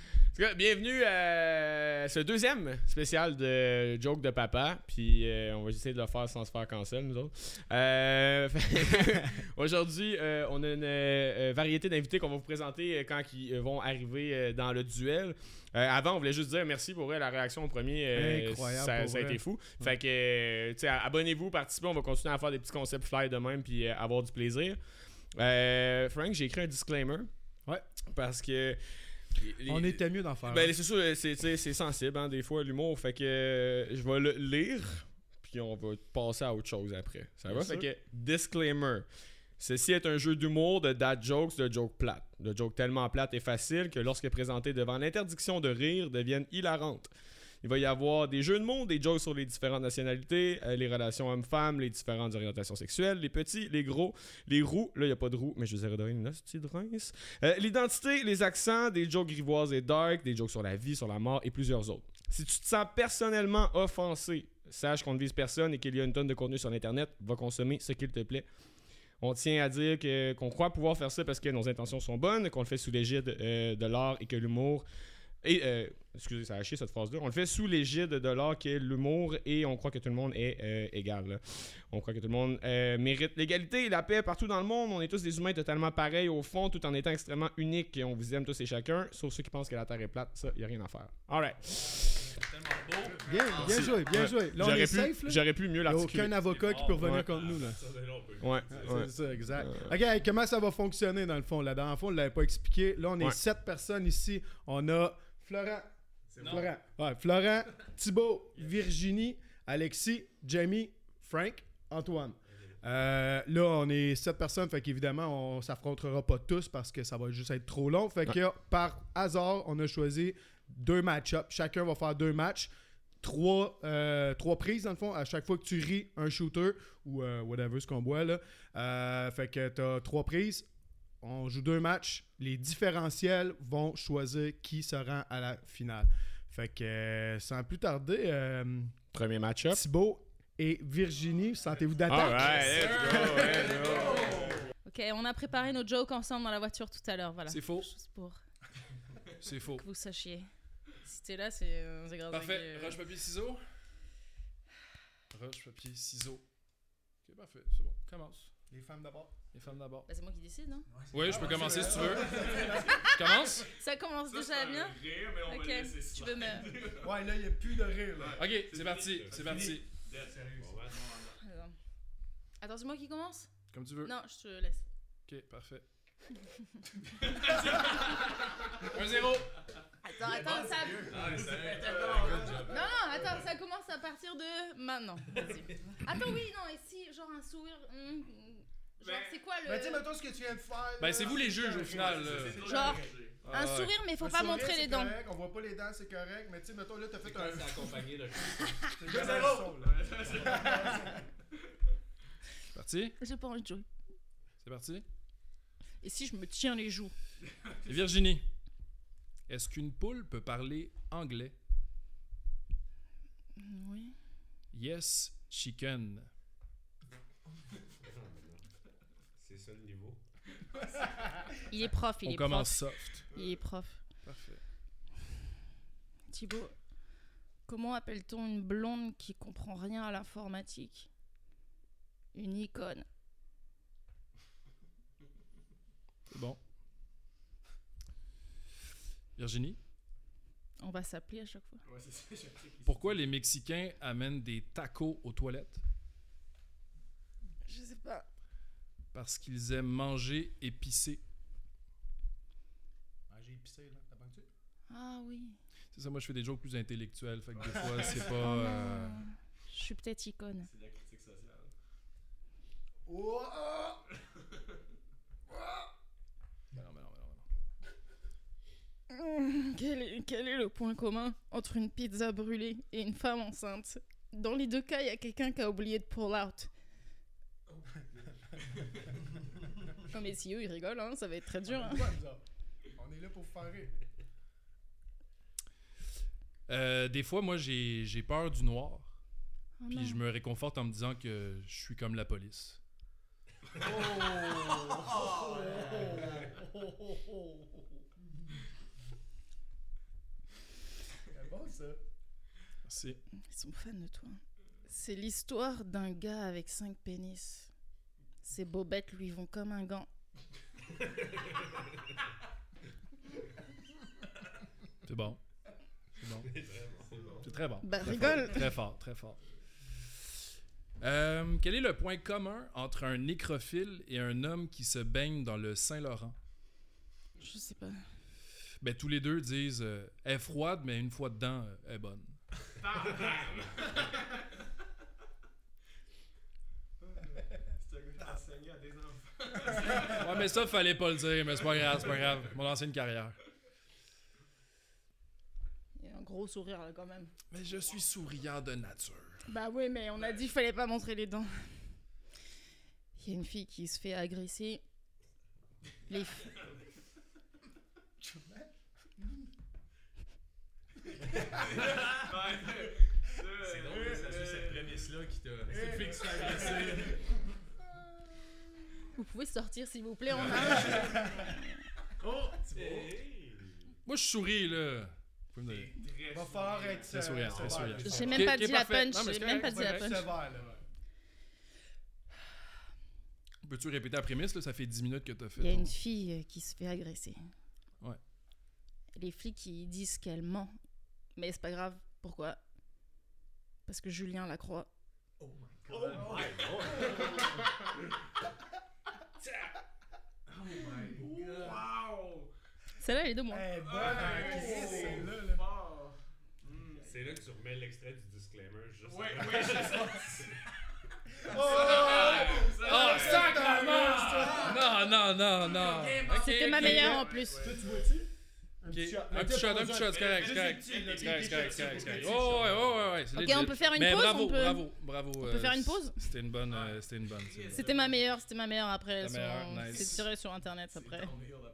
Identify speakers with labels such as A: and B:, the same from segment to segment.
A: tout cas, bienvenue à ce deuxième spécial de Joke de Papa. Puis euh, on va essayer de le faire sans se faire cancel, nous autres. Euh, fait- Aujourd'hui, euh, on a une euh, variété d'invités qu'on va vous présenter euh, quand ils euh, vont arriver euh, dans le duel. Euh, avant, on voulait juste dire merci pour euh, la réaction au premier. euh,
B: Incroyable,
A: ça,
B: pour
A: ça a
B: vrai.
A: été fou. Fait que, euh, tu sais, abonnez-vous, participez. On va continuer à faire des petits concepts fly de même puis euh, avoir du plaisir. Euh, Frank, j'ai écrit un disclaimer.
B: Ouais.
A: Parce que.
B: On
A: les-
B: était mieux d'en faire.
A: ben, c'est sûr, c'est, tu sais, c'est sensible, hein, des fois, l'humour. Fait que euh, je vais le lire, puis on va passer à autre chose après. Ça
B: Bien
A: va?
B: sûr.
A: Fait que, disclaimer. Ceci est un jeu d'humour, de dad jokes, de jokes plates. De jokes tellement plates et faciles que lorsque présentées devant l'interdiction de rire, deviennent hilarantes. Il va y avoir des jeux de mots, des jokes sur les différentes nationalités, euh, les relations hommes-femmes, les différentes orientations sexuelles, les petits, les gros, les roux. Là, il n'y a pas de roux, mais je vous ai redonné une hostie de rince. Euh, L'identité, les accents, des jokes grivoises et dark, des jokes sur la vie, sur la mort et plusieurs autres. Si tu te sens personnellement offensé, sache qu'on ne vise personne et qu'il y a une tonne de contenu sur Internet, va consommer ce qu'il te plaît. On tient à dire que- qu'on croit pouvoir faire ça parce que nos intentions sont bonnes, qu'on le fait sous l'égide euh, de l'art et que l'humour. Et, euh, excusez, ça a chier cette phrase-là. On le fait sous l'égide de l'art qui est l'humour et on croit que tout le monde est euh, égal. là. On croit que tout le monde euh, mérite l'égalité et la paix partout dans le monde. On est tous des humains totalement pareils au fond, tout en étant extrêmement uniques et on vous aime tous et chacun, sauf ceux qui pensent que la Terre est plate. Ça, il a rien à faire. All right.
B: bien, bien joué, bien
A: Ouais.
B: joué. Là, on
A: J'aurais
B: est
A: pu-
B: safe. là.
A: J'aurais pu mieux
B: Il n'y a
A: l'articuler.
B: aucun avocat qui peut revenir
A: Ouais.
B: contre nous. Là.
A: Ouais,
B: C'est
A: ouais. Euh.
B: ça, exact. OK, hey, comment ça va fonctionner dans le fond? Là, dans le fond, on ne l'avait pas expliqué. Là, on est
A: Ouais.
B: sept personnes ici. On a Florent, Florent, ouais, Florent Thibault, Virginie, Alexis, Jamie, Frank, Antoine. Euh, là, on est sept personnes, fait qu'évidemment, on s'affrontera pas tous parce que ça va juste être trop long. Fait que par hasard, on a choisi deux match-ups. Chacun va faire deux matchs. Trois, euh, trois prises, dans le fond, à chaque fois que tu ris un shooter ou euh, whatever ce qu'on boit. Là. Euh, fait que tu as trois prises. On joue deux matchs. Les différentiels vont choisir qui se rend à la finale. Fait que euh, sans plus tarder, euh,
A: Premier match-up.
B: Thibaut et Virginie, sentez-vous
A: All
B: d'attaque?
A: right, let's go, let's go.
C: Ok, on a préparé nos jokes ensemble dans la voiture tout à l'heure, voilà.
D: C'est faux,
C: Juste pour
D: c'est faux.
C: que vous sachiez. Si t'es là, c'est euh, c'est grâce à
D: Parfait,
C: que-
D: roche, papier, ciseaux. Roche, papier, ciseaux. Ok, parfait, c'est bon, commence.
B: Les femmes d'abord.
D: Les femmes d'abord.
C: Bah, c'est moi qui décide, hein.
D: Oui, je peux commencer si tu veux. commence
C: Ça commence déjà bien. Ok, tu veux me.
B: Ouais, là, il n'y a plus de rire. Là.
D: Ok, c'est parti, c'est parti.
C: Attends. Attends, c'est moi qui commence
D: Comme tu veux.
C: Non, je te laisse.
D: Ok, parfait. 1-0.
C: Attends, attends, ça. Non, non, attends, ça commence à partir de maintenant. Vas-y. Attends, oui, non, et si, genre un sourire. hum, hum, genre, c'est quoi le.
B: mettons ce que tu viens de faire.
D: Ben, c'est vous les juges au final. là.
C: Genre, un
D: Ah, ouais.
C: sourire, mais faut pas montrer les dents.
B: on voit pas les dents, c'est correct. Mais tu sais, mettons, là, t'as fait
E: C'est accompagné de
D: C'est parti,
C: J'ai pas envie de jouer.
D: c'est parti.
C: Et si je me tiens les joues
D: Virginie, est-ce qu'une poule peut parler anglais?
C: Oui.
D: Yes, chicken.
E: C'est ça le niveau.
C: Il est prof, il
D: On
C: est
D: commence
C: prof.
D: soft.
C: Il est prof.
D: Parfait.
C: Thibaut, comment appelle-t-on une blonde qui comprend rien à l'informatique Une icône.
D: C'est bon. Virginie,
C: On va s'appeler à chaque fois.
D: pourquoi les Mexicains amènent des tacos aux toilettes?
C: Je sais pas.
D: Parce qu'ils aiment manger épicé.
B: J'ai épicé, là. T'as pas tu
C: Ah oui.
D: C'est ça, moi je fais des jokes plus intellectuels, fait que des fois c'est pas...
C: Oh non.
D: euh,
C: Je suis peut-être icône.
E: C'est de la critique sociale.
B: Oh, oh!
D: ben non, ben non, ben non, ben non.
C: Hum, Quel est, quel est le point commun entre une pizza brûlée et une femme enceinte Dans les deux cas, il y a quelqu'un qui a oublié de pull out.
D: Oh
C: non mais si eux ils rigolent, hein, ça va être très dur.
D: Ah,
C: hein.
B: On est quoi, nous autres? On est là pour vous faire rire.
D: Euh, des fois, moi j'ai j'ai peur du noir,
C: Oh
D: puis
C: non.
D: je me réconforte en me disant que je suis comme la police.
B: ça.
D: Merci.
C: Ils sont fans de toi. C'est l'histoire d'un gars avec cinq pénis. Ses bobettes lui vont comme un gant.
D: C'est bon. C'est bon. C'est très bon.
C: Bah,
D: Très
C: rigole.
D: fort. Très fort, très fort. Euh, quel est le point commun entre un nécrophile et un homme qui se baigne dans le Saint-Laurent?
C: Je sais pas.
D: Ben, tous les deux disent euh, elle est froide, mais une fois dedans, euh, elle est bonne.
E: C'est un gars qui enseignait à des enfants.
D: Ouais, mais ça, fallait pas le dire, mais c'est pas grave, c'est pas grave. Mon ancienne carrière.
C: Il y a un gros sourire là quand même.
D: Mais je suis souriant de nature.
C: Bah oui, mais on a dit qu'il fallait pas montrer les dents. Il y a une fille qui se fait agresser. Les f-
E: C'est drôle, mais c'est cette prémisse-là qui t'a. C'est le fait que tu t'es agressé.
C: Vous pouvez sortir s'il vous plaît, on a.
B: Oh!
D: Moi, je souris, là. Vous pouvez me donner-
B: Va falloir être euh,
D: Très souriant, très souriant.
C: J'ai même
D: Ok,
C: pas
D: ok,
C: dit la
D: parfait.
C: punch.
D: Non, mais
C: J'ai
D: c'est
C: même pas
D: correct,
C: dit la punch.
D: Peux-tu répéter la prémisse, là? Ça fait 10 minutes que t'as fait.
C: Il y a
D: ton-
C: une fille euh, qui se fait agresser.
D: Ouais.
C: Les flics, ils disent qu'elle ment. Mais c'est pas grave. Pourquoi Parce que Julien la croit.
E: Oh my god! Oh my god! Eh, Wow!
C: Celle-là, elle est de moi.
F: Ah,
E: c'est là, là. C'est là que tu remets l'extrait du disclaimer. Juste ouais, ouais, Ah,
D: Oh, sacrement! Non, non, non, non.
C: C'était ma meilleure en plus.
D: Un petit shot, un petit shot, c'est correct, c'est correct. C'est correct, c'est correct, c'est correct, c'est correct. Oh, ouais, ouais, ouais, ouais. c'est
C: Ok,
D: legit.
C: on peut faire une
D: Mais
C: pause,
D: Bravo,
C: on peut-
D: bravo, bravo. euh,
C: on peut faire une pause
D: C'était une bonne, euh, c'était une bonne. c'est une bonne.
C: C'était ma meilleure, c'était ma meilleure. Après, elles
D: Ta meilleure,
C: sont-
D: nice.
C: c'est tiré sur internet après.
E: à partir de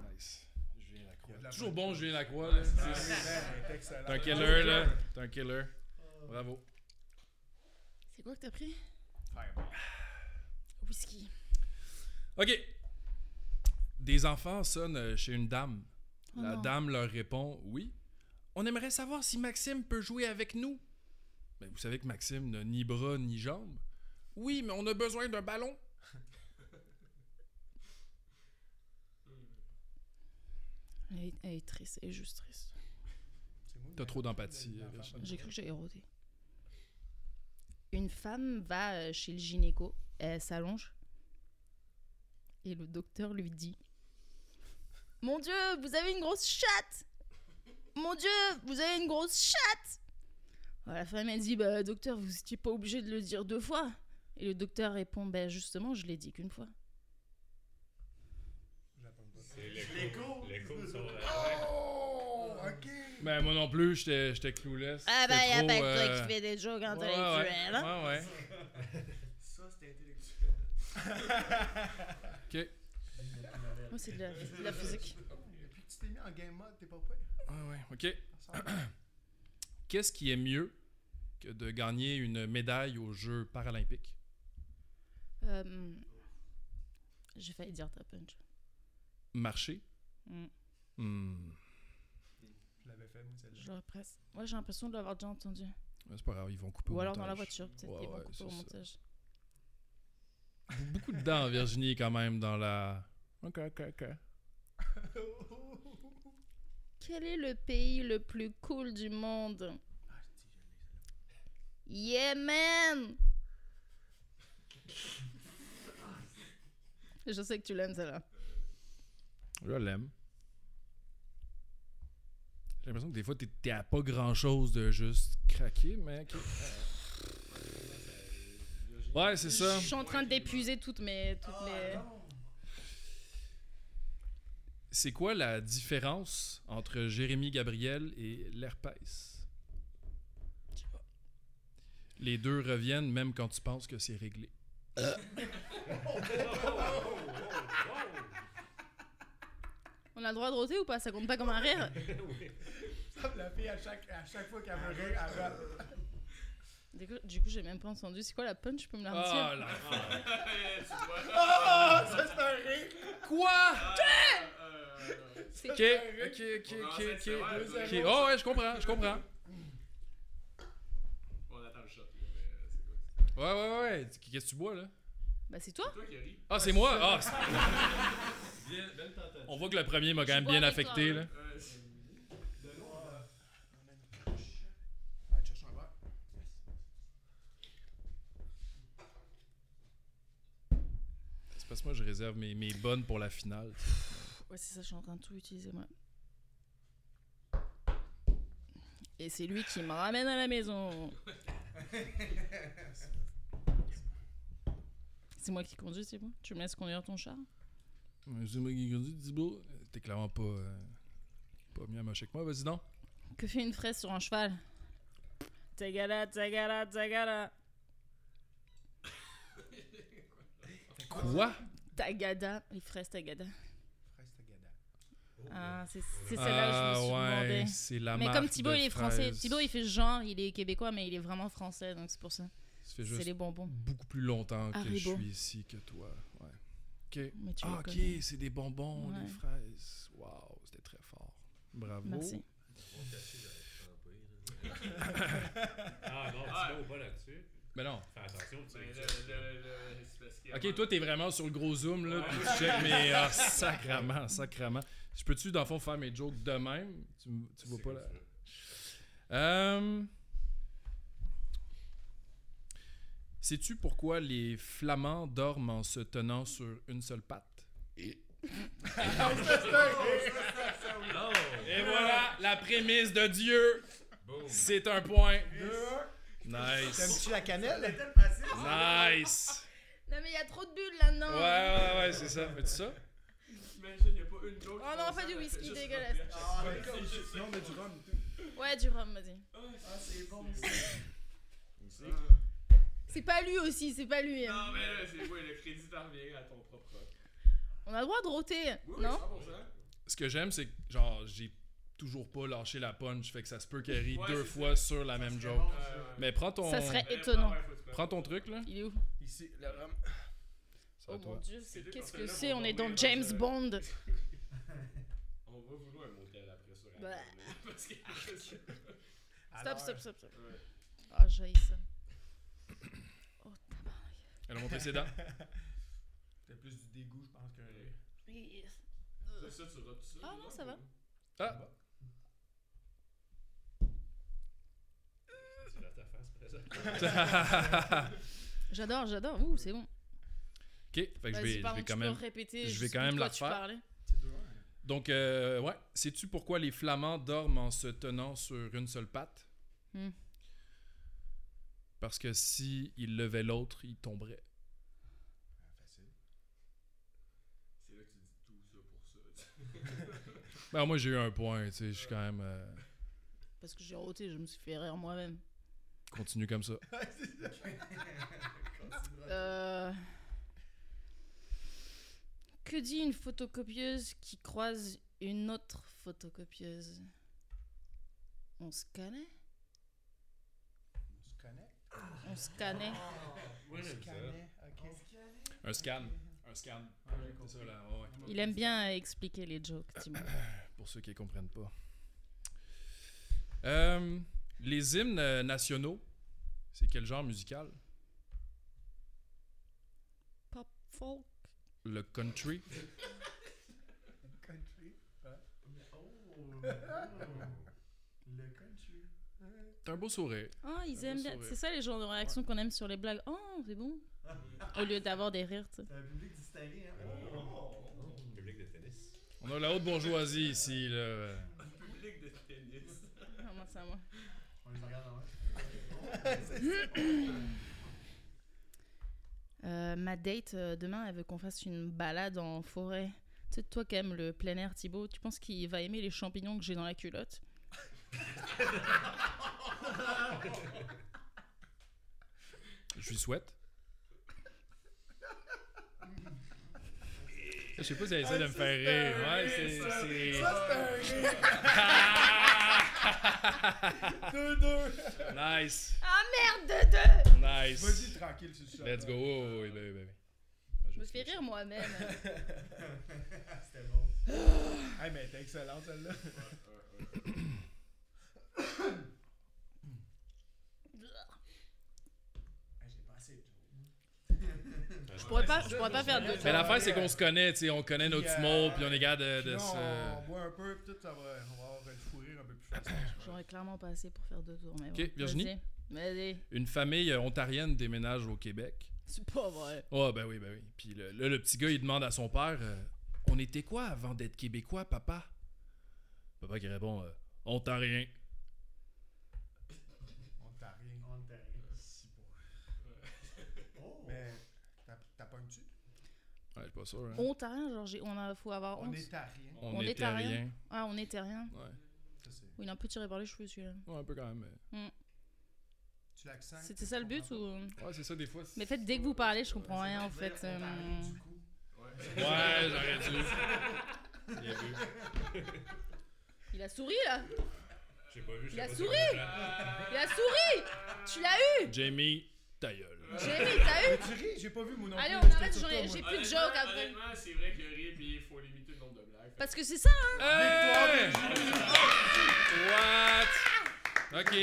E: là.
D: Nice. Julien Lacroix. Toujours bon, Julien Lacroix. là. C'est- T'es un killer, là. T'es un killer. Bravo.
C: C'est quoi que t'as pris Whisky.
D: OK. Des enfants sonnent euh, chez une dame.
C: Oh
D: La
C: non.
D: dame leur répond Oui. On aimerait savoir si Maxime peut jouer avec nous. Mais vous savez que Maxime n'a ni bras ni jambes. Oui, mais on a besoin d'un ballon.
C: Elle est, elle est triste, elle est juste triste.
D: T'as trop d'empathie. euh,
C: J'ai cru que j'avais érodé. Une femme va euh, chez le gynéco, elle s'allonge et le docteur lui dit Mon Dieu, vous avez une grosse chatte Mon Dieu, vous avez une grosse chatte Alors, La femme elle dit Bah docteur, vous n'étiez pas obligé de le dire deux fois. Et le docteur répond Bah justement, je l'ai dit qu'une fois.
E: C'est l'écho. L'écho sur la.
B: Oh! Ok!
D: Ben, moi non plus, j'étais j'étais clueless.
C: Ah bah
D: C'était
C: y'a
D: trop,
C: pas que toi
D: euh,
C: qui fais des jokes
D: ouais, ouais,
C: intellectuels. hein.
D: ouais, ouais.
E: Ça, c'était intellectuel.
D: OK.
C: Moi c'est de, la- de la physique.
B: Depuis que tu t'es mis en game mode, t'es pas prêt?
D: Ouais, ouais, OK. Qu'est-ce qui est mieux que de gagner une médaille aux Jeux paralympiques?
C: Euh, J'ai failli dire ta punch.
D: Marcher?
C: Mm.
D: Hmm.
B: Je l'avais fait, moi, celle-là.
C: J'aurais presque. Moi, j'ai l'impression de l'avoir déjà entendu.
D: Mais C'est pas grave, ils vont couper au
C: Ou alors dans
D: montage.
C: la voiture, peut-être
D: Ouais,
C: qu'ils vont
D: ouais,
C: couper au
D: c'est ça.
C: montage.
D: Beaucoup de dents, Virginie, quand même, dans la... OK, OK, OK.
C: Quel est le pays le plus cool du monde Yémen Je sais que tu l'aimes, celle-là.
D: Je l'aime. J'ai l'impression que des fois, t'es- t'es à pas grand-chose de juste craquer, mais... ok. Euh, Ouais, c'est ça.
C: Je suis en train d'épuiser toutes mes. Toutes mes...
D: C'est quoi la différence entre Jérémy Gabriel et l'herpès? Les deux reviennent même quand tu penses que c'est réglé.
C: On a le droit de roter ou pas Ça compte pas comme un rire
B: Ça, la fille, à chaque, à chaque fois qu'elle me rire, elle va.
C: Du coup, du coup, j'ai même pas entendu. C'est quoi la punch Tu peux Ah, me la redire
D: là!
B: Oh! Ça, c'est un rire!
D: Quoi?
C: C'est
D: Ok, ok, ok,
E: On
D: ok,
E: commence à être sévère,
D: ok.
E: là.
D: Ok, oh ouais, je comprends, je comprends.
E: On attend le shot, là, mais euh, c'est quoi?
D: Ouais, ouais, ouais. Qu'est-ce que tu bois, là?
C: Bah, c'est toi.
E: C'est toi qui ris.
D: Ah, c'est moi? Ah, c'est-
E: Bien, belle tentative.
D: on voit que le premier m'a quand même
C: bois
D: bien
C: avec toi,
D: affecté,
C: hein.
D: là.
E: Ouais, c'est-
D: C'est parce que moi, je réserve mes, mes bonnes pour la finale.
C: Ouais, c'est ça, je suis en train de tout utiliser, moi. Et c'est lui qui me ramène à la maison. c'est moi qui conduis, c'est bon Tu me laisses conduire ton char
D: C'est moi qui conduis, Thibaut. T'es clairement pas, euh, pas mieux à mocher que moi, vas-y donc.
C: Que fait une fraise sur un cheval Tagala, tagala, tagala.
D: Quoi?
E: Ben,
C: Tagada, les fraises tagada. Ah, c'est c'est
D: Ah,
C: celle-là que je me suis demandé.
D: ouais, c'est la
C: Mais
D: marque
C: comme Thibaut,
D: de
C: il est français.
D: fraise.
C: Thibaut, il fait genre, il est québécois, mais il est vraiment français, donc c'est pour ça.
D: Ça fait
C: C'est
D: juste
C: les bonbons.
D: beaucoup plus longtemps que je
C: Haribo.
D: suis ici que toi. Ouais. Ok.
C: Mais tu
D: Ah,
C: le
D: ok,
C: connais.
D: c'est des bonbons,
C: Ouais.
D: les fraises. Waouh, c'était très fort. Bravo.
C: Merci.
E: Ah non, tu vas pas là-dessus.
D: Mais non.
E: Fais attention, tu sais.
D: Ok, toi, t'es vraiment sur le gros zoom, là. puis tu check, mais ah, sacrament, sacrament. Je peux-tu, dans le fond, faire mes jokes de même Tu, m- tu vois pas là Euh, Sais-tu pourquoi les Flamands dorment en se tenant sur une seule patte Et voilà la prémisse de Dieu. C'est un point. Nice.
F: T'aimes-tu la cannelle?
D: Nice.
C: Non, mais il y a trop de bulles là-dedans.
D: Ouais, ouais, ouais, c'est ça. Fais-tu ça?
E: J'imagine, il n'y a pas une joke.
C: Oh non, pas du whisky dégueulasse.
B: Non, mais du rhum.
C: Ouais, du rhum, vas-y.
E: Ah, c'est bon.
C: C'est pas lui aussi, c'est pas lui. hein.
E: Non, mais là, c'est quoi le crédit t'en revient à ton propre.
C: On a le droit de roter, non
D: ce que j'aime, c'est que genre j'ai toujours pas lâché la punch, fait que ça se peut qu'elle rit
E: Ouais,
D: deux
E: c'est
D: fois sur la même joke. Mais prends ton,
C: Ça
E: euh,
C: serait étonnant.
D: prends ton truc là.
C: Il est où
B: Ici, le rhum.
D: Ça
C: Oh
D: va,
C: mon
D: toi.
C: dieu, c'est-
E: Ces deux
C: qu'est-ce que
E: personnes-là
C: c'est
E: vont
C: On est dans
E: dormir
C: James
E: dans un-
C: Bond.
E: On va vouloir un motel après sur
C: Bah.
E: la Parce que.
C: Stop, stop, stop, stop.
E: Ouais.
C: Ah, j'ai ça. Oh, tabarnak.
D: Elle a montré ses dents.
B: C'était plus du dégoût, je pense que.
E: Ça, ça, tu rôtes ça.
C: Ah non, ça va.
D: Ah,
E: Tu rates ta face, après ça.
C: J'adore, j'adore. Ouh, c'est bon.
D: ok. Fait que je
C: Vas-y,
D: vais, je
C: pardon,
D: vais
C: tu
D: quand
C: peux
D: même.
C: répéter.
D: je
C: juste
D: vais quand
C: de
D: même
C: quoi
D: la
C: tu
D: refaire.
C: parlais.
D: Donc euh, ouais, sais-tu pourquoi les Flamands dorment en se tenant sur une seule patte
C: Hmm.
D: Parce que si ils levaient l'autre, ils tomberaient.
E: Ah, C'est là que tu dis tout ça pour ça.
D: Ben, moi j'ai eu un point, tu sais, je suis quand même euh,
C: Parce que j'ai roté, je me suis fait rire moi-même.
D: continue comme ça.
C: Euh, Que dit une photocopieuse qui croise une autre photocopieuse On se connaît
F: On se connecte?
C: On se connaît.
E: Moi,
F: On se
E: j'aime ça.
F: connecte, ok.
D: Un scan, un scan. C'est ça, là, ouais, ouais.
C: Il aime bien expliquer les jokes, Timon.
D: pour ceux qui ne comprennent pas. Euh, les hymnes euh, nationaux, c'est quel genre musical?
C: Pop folk.
D: Le country.
F: Country.
D: Oh!
F: Le country.
D: T'as un beau sourire.
C: Ah, ils
D: Ah,
C: aiment
D: bien
C: bien.
D: sûr,
C: C'est
D: oui.
C: ça les genres de réactions qu'on aime sur les blagues. Oh, c'est bon. Au lieu d'avoir des rires, tu sais.
F: C'est un public distingué, hein?
E: Public de tennis.
D: On a la haute bourgeoisie ici. Là.
E: Public de tennis.
C: Vraiment, c'est à moi.
F: On les regarde hein. en
C: Euh, ma date euh, demain, elle veut qu'on fasse une balade en forêt. Tu sais, toi qui aimes le plein air, Thibaut, tu penses qu'il va aimer les champignons que j'ai dans la culotte
D: Je lui souhaite. Je sais pas si elle essaie de me faire rire. Ouais, c'est- c'est.
B: Deux, deux.
D: Nice.
C: Ah merde, de deux
D: Nice.
B: Vas-y, tranquille, c'est ça.
D: ben, Let's go. Oh, oui, oui, oui, oui.
C: me fais rire moi-même.
F: C'était bon. hey, mais t'es excellente celle-là. Hey, j'ai pas assez de jokes.
C: je pourrais pas, je pourrais pas faire d'autres
D: Mais
C: choses.
D: l'affaire, c'est qu'on se connaît, tu sais, on connaît notre
F: Puis,
D: petit
F: euh,
D: monde, puis on est gars de, de
F: Sinon, On
D: se.
F: boit un peu, puis tout, ça va, on va avoir le fou rire un peu plus facile. je crois.
C: J'aurais clairement pas assez pour faire deux tours. Mais
D: Ok,
C: bon.
D: Virginie?
C: Vas-y. Vas-y.
D: Une famille euh, ontarienne déménage au Québec.
C: C'est pas vrai.
D: Ah, ben oui, ben oui. Puis le- là, le petit gars, il demande à son père euh, On était quoi avant d'être Québécois, papa Papa qui répond euh, Ontarien.
F: On t'a rien. On t'a rien. Euh, Si bon. Oh! Mais t'as- t'as pas un dessus?
D: Ouais, je suis pas sûr. hein.
C: On t'a rien, genre, j'ai- on a, faut avoir
F: On
C: 11.
F: est à rien.
D: On,
C: Oh, on
D: était
C: était à rien.
D: rien.
C: Ah, on était rien.
D: Ouais.
F: Ça, c'est-
C: Oui, il a un peu tiré par les cheveux celui-là.
D: Ouais, un peu quand même. mais-
F: Tu l'accents.
C: C'était ça le but ou.
D: Ouais, c'est ça, des fois. c'est-
C: Mais faites dès que vous parlez, je comprends rien en fait. euh,
F: Du coup,
D: Ouais, j'aurais dû. Bien vu.
C: Il a souri là
E: J'ai pas vu. j'ai
C: Il a
E: pas
C: souri
E: vu.
C: Il a souri Tu l'as eu
D: Jamie, ta gueule.
C: Jérémy, t'as eu
F: tu ris, j'ai pas vu mon nom.
C: Allez,
F: plus,
C: on
F: j'étais
C: arrête,
F: sur
C: j'en ai-
F: toi,
C: j'ai
F: moi.
C: plus de joke après.
E: Honnêtement, c'est vrai que rire, puis il faut limiter le nombre de blagues.
C: Parce que c'est ça, hein
D: Hey! What? Ok.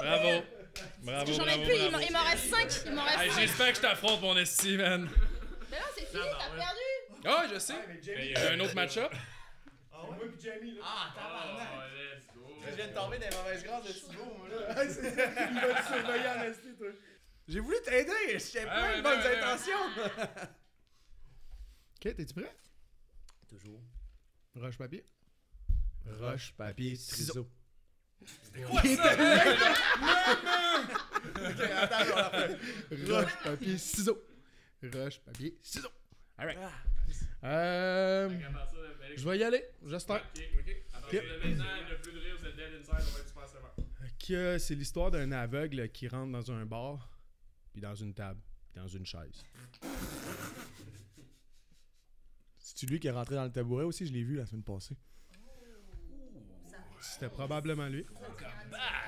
D: Bravo.
C: Parce
D: Bravo.
C: que j'en ai
D: bravo,
C: plus, il m'en-
D: bravo.
C: il m'en reste 5. Il m'en
D: Hey,
C: reste 5.
D: J'espère que je t'affronte, mon esti, man.
C: Mais non, c'est fini, t'as perdu
D: Ah, je sais.
F: Ouais, mais Jamie.
D: J'ai un autre match-up.
F: Ah, ouais, moi pis Jamie, là.
G: Ah, tabarnak!
E: Ah, let's go.
G: Je viens de tomber dans les mauvaises grâces de Thibaut, moi, là.
F: Ah, c'est- Il va te surveiller en esti, toi.
G: J'ai voulu t'aider, je
D: Ah,
G: sais pas
D: ouais,
G: de
D: ouais,
G: bonnes
D: ouais,
G: intentions.
B: Ok, t'es-tu prêt?
G: Toujours.
B: Roche papier.
G: Roche, papier, ciseaux. C'était quoi ça? Non, non! Ok, attends, on la refait.
B: Roche papier ciseaux. Roche papier ciseaux. Alright.
F: Ah.
B: Euh,
E: À partir de ben,
B: je vais y aller, j'espère.
E: Ok, ok. À partir de maintenant, le plus de rire, c'est dead inside, on va être super sévère.
B: que euh, c'est l'histoire d'un aveugle qui rentre dans un bar, puis dans une table, puis dans une chaise.
G: C'est-tu lui qui est rentré dans le tabouret aussi? Je l'ai vu la semaine passée.
B: C'était probablement lui.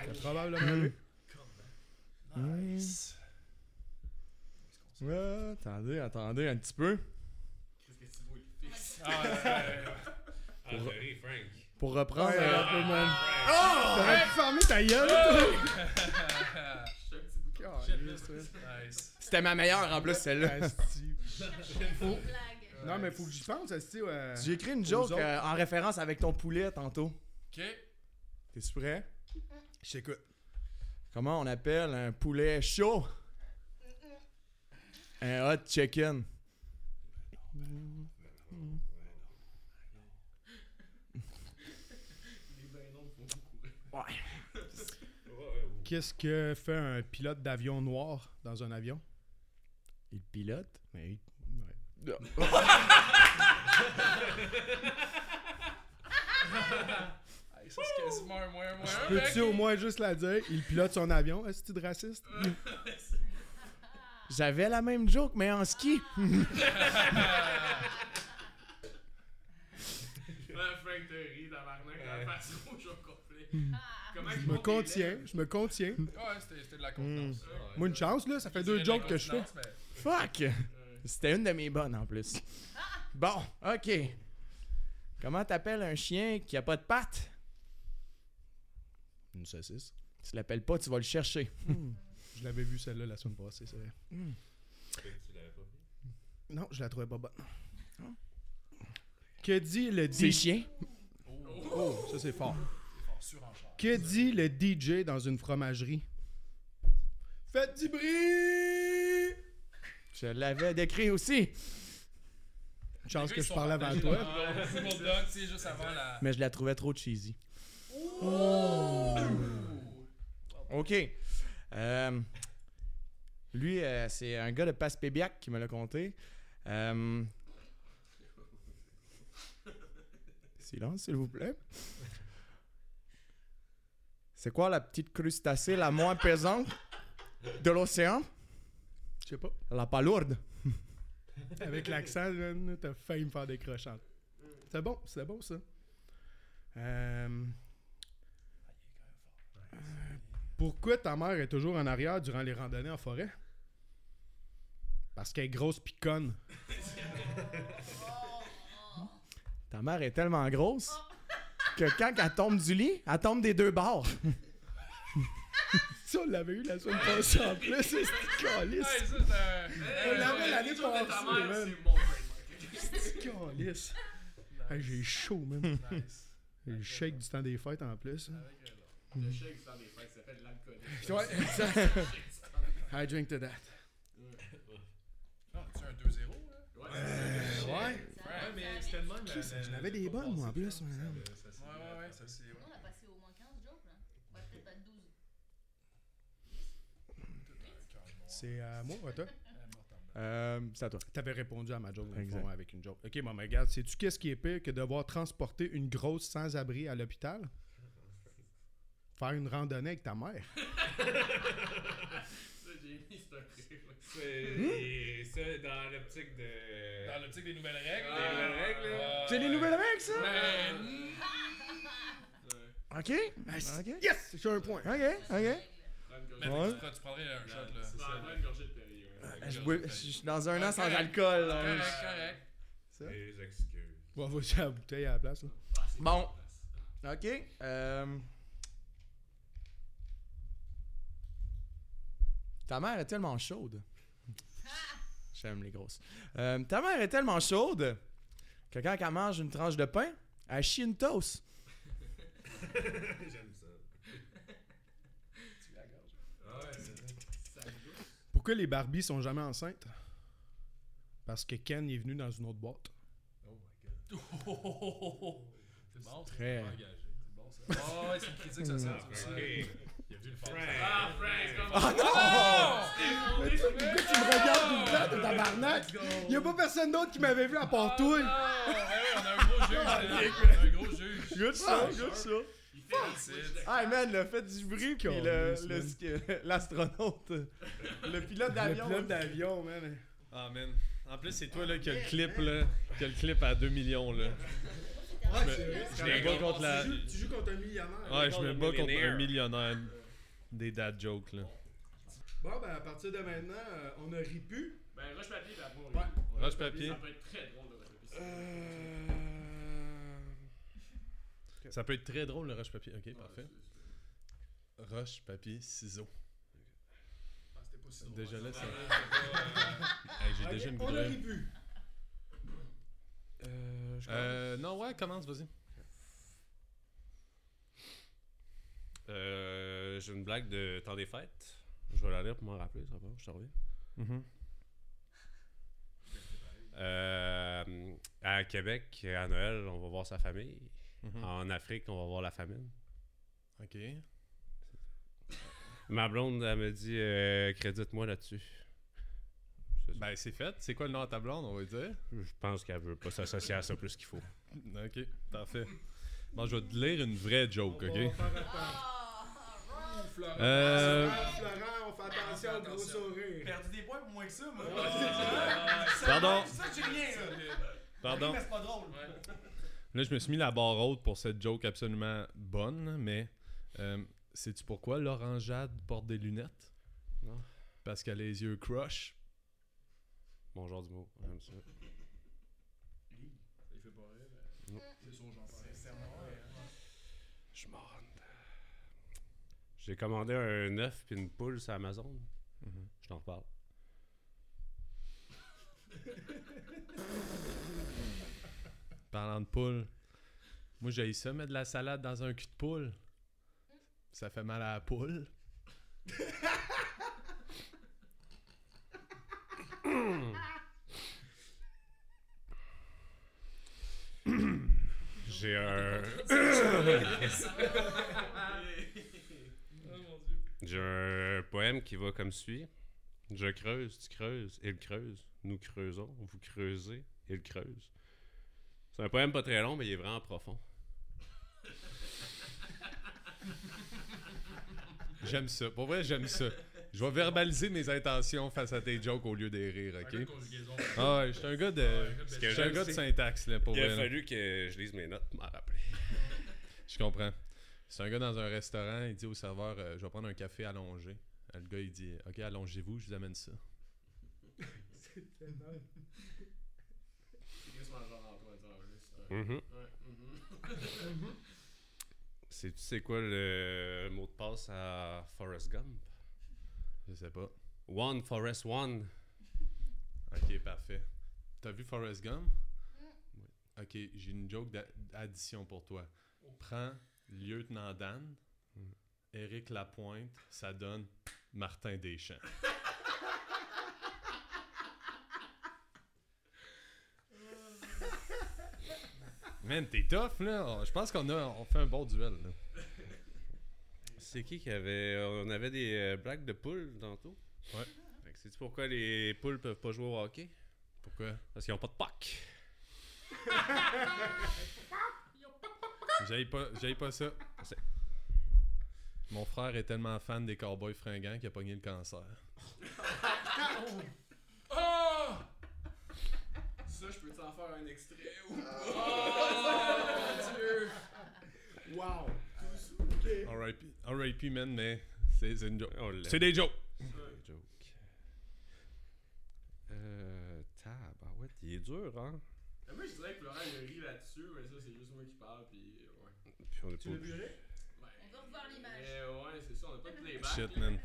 B: C'était probablement lui.
G: Nice. Ouais, attendez, attendez un petit peu.
E: Qu'est-ce que Thibaut, il fixe
D: Ah, ouais, ouais.
E: Ah, t'as ri, Frank.
G: Pour reprendre un peu, man.
B: T'aurais pu fermer Ah! ta gueule, toi!
E: Chaque petit bout de
D: Nice.
G: C'était ma meilleure en plus, celle-là.
B: Asti.
C: blague.
B: Non, mais faut que j'y pense, Asti. Ouais.
G: J'ai écrit une
B: Aux
G: joke
B: autres.
G: euh, en référence avec ton poulet tantôt.
D: Ok.
G: T'es-tu prêt? Je t'écoute. Comment on appelle un poulet chaud? Un hot chicken.
B: Qu'est-ce que fait un pilote d'avion noir dans un avion?
G: Il pilote?
B: Mais
D: Hey, ça, c'est quasiment un moins, un moins, un, mais
B: Peux-tu
D: ok.
B: au moins juste la dire? Il pilote son avion, Asti de raciste?
G: J'avais la même joke, mais en ski.
E: Ah, Frank, t'as ri, tabarnak, dans la face rouge au complet. Comment
B: Hmm. Je me contiens, je me contiens.
D: Ouais, c'était c'était de la confiance.
B: Moi, une chance, là, ça fait deux jokes que je fais.
G: Fuck! C'était une de mes bonnes en plus. Bon, ok. Comment t'appelles un chien qui a pas de pattes?
B: Une saucisse.
G: Tu l'appelles pas, tu vas le chercher.
B: Je l'avais vu celle-là la semaine passée, c'est vrai.
E: Tu l'avais pas vu.
B: Non, je la trouvais pas bonne. Que dit le
G: C'est
B: DJ
G: chien?
B: Oh, ça c'est fort. Que dit le DJ dans une fromagerie Faites du bruit
G: Je l'avais décrit aussi.
B: Une Chance que je parle avant toi.
D: C'est mon dog, tu sais, juste avant la.
G: Mais je la trouvais trop cheesy. OK. Euh, lui, euh, c'est un gars de Passepébiac qui me l'a conté. Euh, silence, s'il vous plaît. C'est quoi la petite crustacée la moins pesante de l'océan?
B: Je sais pas.
G: La palourde.
B: Avec l'accent, man, t'as failli me faire décrocher. C'est bon, c'est bon ça. Euh, Pourquoi ta mère est toujours en arrière durant les randonnées en forêt Parce qu'elle est grosse piconne.
G: Ta mère est tellement grosse que quand elle tombe du lit, elle tombe des deux bords.
B: Ça, on l'avait eu la semaine passée en plus, c'est calice.
H: ça, c'est un-
B: On l'avait l'année
A: Les jours de ta
B: passée,
A: mère,
B: man.
A: c'est mon trademark.
B: C'est calice. Hey, J'ai chaud, man. J'ai le shake du temps des fêtes en plus. hein.
A: Le chèque du temps des fêtes, ça fait de l'alcool.
B: Ouais, exact. I drink to that.
H: Ah, tu as un 2-0, là?
B: Ouais.
H: Ouais, mais
C: Ça
H: c'était le même.
B: Chris, j'en avais des bonnes, moi, en plus. madame.
H: Ouais, ouais, ouais. Ça, c'est.
C: On a passé au moins 15 jours, là. On va peut-être pas 12.
B: C'est à moi ou à toi?
G: Euh, c'est à toi.
B: T'avais répondu à ma joke, dans le
G: Exact.
B: fond, avec une joke. Ok, maman, regarde, sais-tu qu'est-ce qui est pire que devoir transporter une grosse sans-abri à l'hôpital? Faire une randonnée avec ta mère.
A: Ça, j'ai mis, c'est un rire. C'est ça, dans l'optique de.
H: Hmm? Dans l'optique des nouvelles règles.
A: Des nouvelles règles, là.
G: C'est les nouvelles règles, ça?
H: règles.
G: OK. OK.
B: Yes! J'ai un point. hein?
G: OK, OK.
H: Mais
G: Ouais.
H: tu, tu prendrais un shot, là.
A: C'est en train de gorger de Perrier, ouais.
G: Je, bois- je suis dans un an sans alcool. là.
H: Correct, correct.
A: Des excuses.
B: On va jeter la bouteille à la place. là.
G: Bon. OK. euh, Ta mère est tellement chaude. J'aime les grosses. Euh, ta mère est tellement chaude que quand elle mange une tranche de pain, elle chie une toast.
A: J'aime ça. tu la gorges.
B: Pourquoi les Barbies sont jamais enceintes? Parce que Ken est venu dans une autre boîte.
H: Oh C'est bon, ça.
G: Très.
H: Engagé. C'est bon, ça. Oh, ouais, c'est une critique sociale. c'est ça.
A: Ouais.
H: Il a dû le
A: Ok.
H: faire.
A: Ah, Frank, comment
G: Oh non!
B: Pourquoi tu me regardes tout le temps, de tabarnak? Il a pas personne d'autre qui m'avait vu à part toi.
H: Oh, ouais, on a un gros juge. là. On a un gros juge.
G: Good ça, good ça.
H: C'est-
G: Ah man, le fait du bruit puis
B: Calisse, man.
G: le- le ski- l'astronaute, le pilote d'avion.
B: d'avion, man.
D: Ah, man. En plus, c'est toi là, qui a le clip, là, qui a le clip à 2 millions. Là.
H: Ah,
D: Je me bats contre la.
B: Tu joues contre un millionnaire.
D: Ouais, je me bats contre
A: millionnaire.
D: un millionnaire des dad jokes. Là.
B: Bon, ben à partir de maintenant, euh, on a ri pu.
A: Ben, roche papier, la bourre.
D: Roche papier.
A: Ça peut être très drôle de roche papier.
D: Ça peut être très drôle le roche papier. Ok, parfait. Roche papier ciseaux.
B: Ah,
D: Déjà là, ça. Hey, J'ai déjà une
B: on a
D: brûlure.
B: ri pu.
D: Euh, non, ouais, commence, vas-y.
A: Euh, J'ai une blague de temps des fêtes. Je vais la lire pour m'en rappeler, ça va, je te reviens.
H: Mm-hmm.
A: Euh, à Québec, à Noël, on va voir sa famille.
D: Mhm.
A: En Afrique, on va voir la famine.
D: Ok.
A: Ma blonde, elle me dit euh, Crédite-moi là-dessus.
D: Ben, c'est fait. C'est quoi le nom à ta blonde, on va dire?
A: Je pense qu'elle veut pas s'associer à ça plus qu'il faut.
D: Ok, parfait. Bon, je vais te lire une vraie joke, ok? Euh,
B: Florent, on fait attention au gros sourire.
I: Perdu des points pour moins que ça, moi.
D: pardon,
I: Ça, j'ai rien, là.
D: pardon.
I: Mais c'est pas drôle.
D: Là, je me suis mis la barre haute pour cette joke absolument bonne, mais euh, sais-tu pourquoi l'orangeade porte des lunettes?
A: Non.
D: Parce qu'elle a les yeux crush.
A: Bon genre du mot, j'aime ça.
H: Il fait pas rire. mais-
A: Non.
H: C'est sûr, j'en parle.
A: Je m'en J'ai commandé un œuf puis une poule sur Amazon. Je t'en reparle.
D: Parlant de poule, moi j'ai ça, mettre de la salade dans un cul de poule. Ça fait mal à la poule.
A: J'ai un. J'ai un poème qui va comme suit. Je creuse, tu creuses, il creuse, nous creusons, vous creusez, il creuse. C'est un poème pas très long, mais il est vraiment profond.
D: J'aime ça. Pour vrai, j'aime ça. Je vais verbaliser mes intentions face à tes jokes au lieu des rires,
H: Un gars de
D: ok?
H: conjugaison.
D: Ah ouais, je suis un gars de.
H: Parce
D: Je suis un gars de syntaxe, là, pour
A: Il a
D: vrai. là.
A: fallu que je lise mes notes pour m'en rappeler.
D: Je comprends. C'est un gars dans un restaurant, il dit au serveur euh, Je vais prendre un café allongé. Euh, Le gars, il dit Ok, allongez-vous, je vous amène ça.
E: Mhm. C'est tu sais quoi le mot de passe à Forrest Gump?
D: Je sais pas.
E: One Forrest One.
D: Ok, parfait. T'as vu Forrest Gump? Oui. Ok, j'ai une joke d'a- d'addition pour toi. Prends Lieutenant Dan, Éric Lapointe, ça donne Martin Deschamps. Man, t'es tough, là. On- Je pense qu'on a, on fait un bon duel, là.
E: C'est qui qui avait. On avait des euh, blagues de poules tantôt?
D: Ouais.
E: Fait que sais-tu pourquoi les poules peuvent pas jouer au hockey?
D: Pourquoi?
E: Parce qu'ils ont pas de pack.
D: J'aille pas, j'aille pas ça.
E: C'est-
D: Mon frère est tellement fan des cowboys fringants qu'il a pogné le cancer.
A: Ah! Ça, je peux t'en faire un extrait Oh,
D: R.I.P. R.I.P. man, mais c'est c'est une joke.
E: Oh là.
D: C'est des jokes!
E: Des jokes. Euh. Tabarouette, il est dur, hein?
A: Ah, Moi, je dirais que Florent, il rit là-dessus, mais ça, c'est juste moi qui parle, puis euh, ouais.
E: Puis on est pas obligé.
C: On veut revoir l'image.
A: Mais ouais, c'est ça, on n'a pas de playback.
D: Shit, man.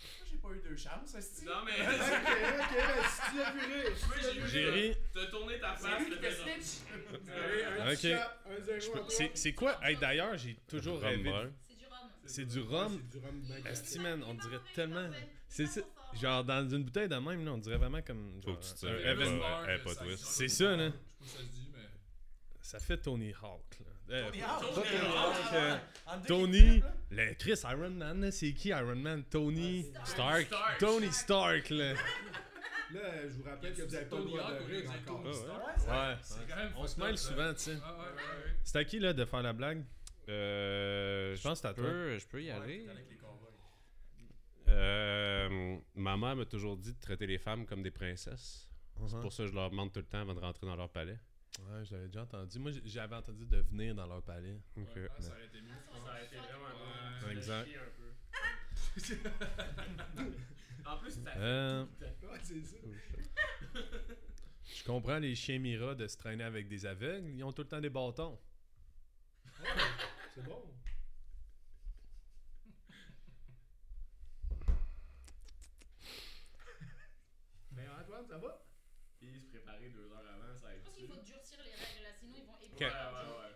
J: Pourquoi j'ai pas eu deux chances, hostie?
A: Non, mais
B: Ok, ok, ben, si tu l'as viré.
A: moi, j'ai
D: J'ai ri.
A: T'as tourné ta
J: C'est
A: face,
J: lui qui
A: t'as
J: te
A: fait
J: snitch!
B: Un
D: Ok.
B: petit cap, un zéro à toi.
D: C'est c'est quoi? Hey, D'ailleurs, j'ai toujours
E: Rhum
D: rêvé.
E: vert.
C: C'est du rhum.
D: C'est du rhum.
B: du rhum bien clair.
D: Asti, man, on dirait tellement. C'est ça. Genre, dans une bouteille de même, là, on dirait vraiment comme.
E: Faut
D: genre,
E: que tu te.
D: un
E: Elle
D: Evan-
E: pas- elle est pas twist.
D: C'est ça, là.
A: Je sais pas si ça se dit, mais.
D: Ça fait Tony Hawk, là. Euh,
J: Tony Hawk.
D: pas Tony Hawk, euh,
J: En deux
D: Tony,
J: clips, là.
D: le Chris Iron Man, là, c'est qui Iron Man? Tony
A: Stark. Stark.
D: Tony Stark, là.
B: Là, euh, je vous rappelle que vous avez pas le
A: Tony
B: droit
A: Hawk,
B: de
A: au lieu,
B: rire
A: vous êtes
B: encore.
A: Tony Stark.
D: Ouais,
J: Ouais,
D: ouais.
A: C'est quand même
D: On se
A: fucked
D: mêle
A: up,
D: souvent, tu sais.
A: là. Ouais, ouais, ouais, ouais.
D: C'est à qui, là, de faire la blague?
E: Euh.
G: Ah,
D: Je pense que c'est à toi.
E: peux, je peux y aller.
J: t'es avec les cowboys.
E: Euh, ma mère m'a toujours dit de traiter les femmes comme des princesses. C'est
D: Uh-huh.
E: pour ça que je leur demande tout le temps avant de rentrer dans leur palais.
D: Ouais, je l'avais déjà entendu. Moi, j- j'avais entendu de venir dans leur palais.
E: Ok.
A: Ah, ça aurait été mieux. Ça aurait été vraiment mieux.
D: Ouais, exact.
A: Chier un peu. en plus, t'as
D: Euh,
B: Ouais, c'est ça.
D: je comprends les chiens Mira de se traîner avec des aveugles. Ils ont tout le temps des bâtons.
B: C'est bon. Mais Antoine, ça va?
A: fait se préparer deux heures avant, ça a
C: Je
A: été.
C: pense qu'il faut durcir les règles là, sinon ils vont
A: Ouais, ouais,
C: épuiser.
A: ouais.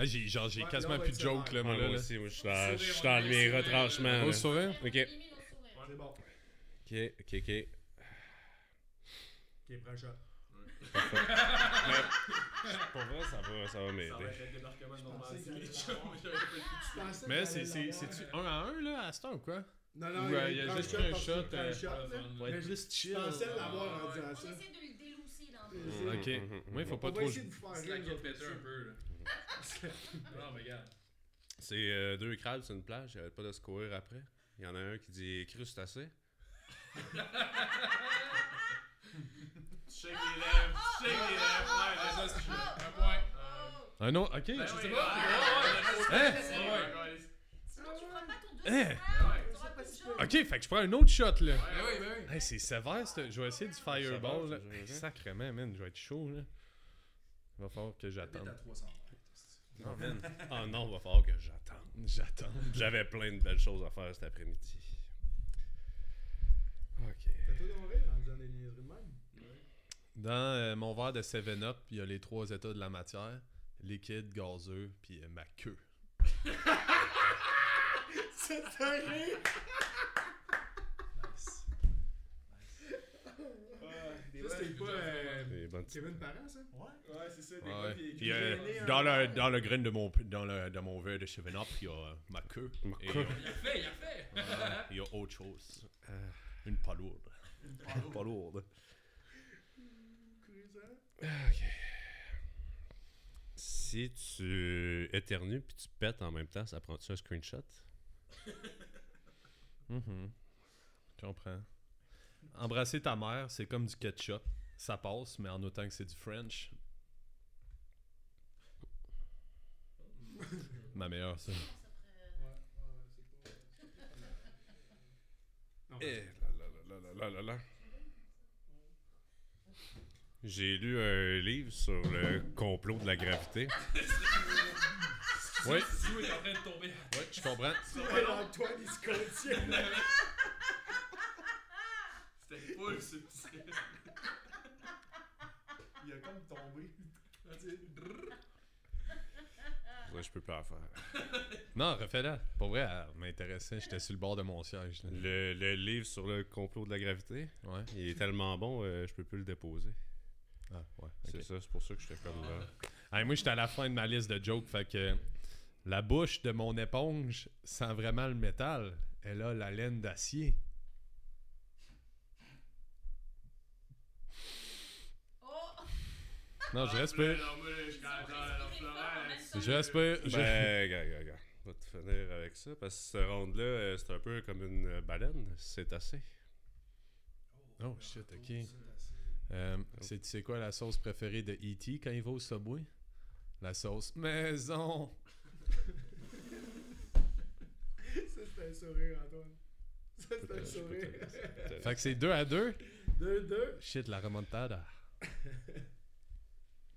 D: Ah, j'ai, genre, j'ai
B: Ouais,
D: quasiment
B: là, on va
D: plus de
B: être
D: joke, là,
E: Moi,
D: moi, là. Hein? là.
E: aussi, moi, je suis
A: Sourire,
E: dans, je suis dans
A: on
E: les
A: est-
E: retranchements.
D: Gros
E: là.
D: sourire?
E: Ok.
B: C'est bon.
E: Ok, ok, ok.
B: Ok, prends un shot.
E: Pour vrai, ça va, ça va
A: Ça va
E: m'aider.
A: être le débarquement de
B: pensais
A: Normandie.
B: que
A: les
B: t'allais
A: chums, j'avais pas le
B: Je pensais
D: Mais
B: que
D: c'est,
B: t'allais
D: c'est,
B: l'avoir.
D: c'est-tu un à un, là, à ce temps ou quoi?
B: Non, non,
D: Ou, euh, il a
B: prend
D: juste pris un
B: parce
D: shot,
B: qu'il prend un
D: euh,
B: shot, là.
A: temps.
D: Ouais,
B: Mais
D: juste
B: Je pensais l'avoir en
A: Ouais,
B: disant
C: On
B: ça.
C: essaie de le délousser là.
B: C'est-
D: Ok. Moi, il faut pas
B: On va
D: trop.
B: essayer de vous faire
A: C'est la
B: rire.
A: quête pétée un peu, là. Oh, Non, mais regarde.
E: C'est euh, deux crabes sur une plage, j'arrête pas de se courir après. Il y en a un qui dit crustacé.
A: Tu shakes les lèvres, tu shakes les lèvres. Ouais, c'est ça, c'est chiant. Un point.
D: Ah, Un autre, ok.
A: Ben,
D: je
A: ouais,
D: sais
A: ouais,
D: pas.
A: ouais, ouais,
D: Hein?
A: ouais, ouais, ouais, ouais.
C: Sinon tu feras
A: Eh.
C: pas ton deux.
D: Hein?
C: Tu auras pas de jambes.
D: Ok, fait que je prends un autre shot, là.
A: Ben oui, ben oui.
D: Hey, c'est sévère, c'te- je vais essayer du fireball,
E: va,
D: là.
E: ça, je vais.
D: Sacrement, man, je vais être chaud, là. Il va falloir que j'attende. Ah,
J: T'es à 300
E: Oh, man. oh non, va falloir que j'attende.
D: J'attends.
E: J'avais plein de belles choses à faire cet après-midi. Ok.
B: T'as tout mon rire en disant des niaiseries de même.
D: Dans euh, mon verre de 7-Up, il y a les trois états de la matière liquide, gazeux, puis euh, ma queue.
B: C'est un rire! Ça, c'était pas euh,
E: Des bonnes petites-
B: Kevin Parent, ça?
J: Ouais.
B: Ouais, c'est ça.
D: Ouais. Puis, euh, dans, le, dans le grain de mon, dans le, dans mon verre de 7-Up, il y a euh, ma queue.
E: Ma
D: Et
E: queue.
D: il y a-
A: Il a fait, il a fait.
D: euh, Il y a autre chose. Une palourde.
E: Euh. Pas lourde. Si tu éternues puis tu pètes en même temps, ça prend-tu un screenshot?
D: Mhm. Je comprends. Embrasser ta mère, c'est comme du ketchup. Ça passe, mais en autant que c'est du French. Ma meilleure, ça.
E: Eh là là là là là là là là. J'ai lu un livre sur le complot de la gravité.
D: Oui,
K: Sue est en train de tomber.
D: oui, je comprends.
B: Antoine, il se contient.
K: C'était full succès.
G: Il a comme tombé.
E: Ça, je peux pas en faire.
D: Non, refais-la. Pour vrai, elle m'intéressait. J'étais sur le bord de mon siège. là.
E: Le, le livre sur le complot de la gravité,
D: Ouais.
E: il est tellement bon, euh, je peux plus le déposer.
D: Ah, ouais.
E: C'est
D: ok.
E: ça, c'est pour ça que j'étais comme là.
D: Hey, moi, j'étais à la fin de ma liste de jokes. Fait que la bouche de mon éponge sent vraiment le métal. Elle a la laine d'acier. Oh! Non, je respire. Je respire. Je...
E: Ben, regarde, regarde, regarde. On va te finir avec ça, parce que ce round-là, euh, c'est un peu comme une euh, baleine, c'est assez.
B: Ah,
D: Oh shit, ok. Euh, c'est, c'est quoi la sauce préférée de E.T. quand il va au Subway? La sauce maison.
B: Ça, c'était un sourire, Antoine. Ça, c'était un
E: Peut-être,
B: sourire.
E: peut-être, peut-être.
D: Fait que c'est 2 à 2.
B: 2-2.
D: Shit, la remontada.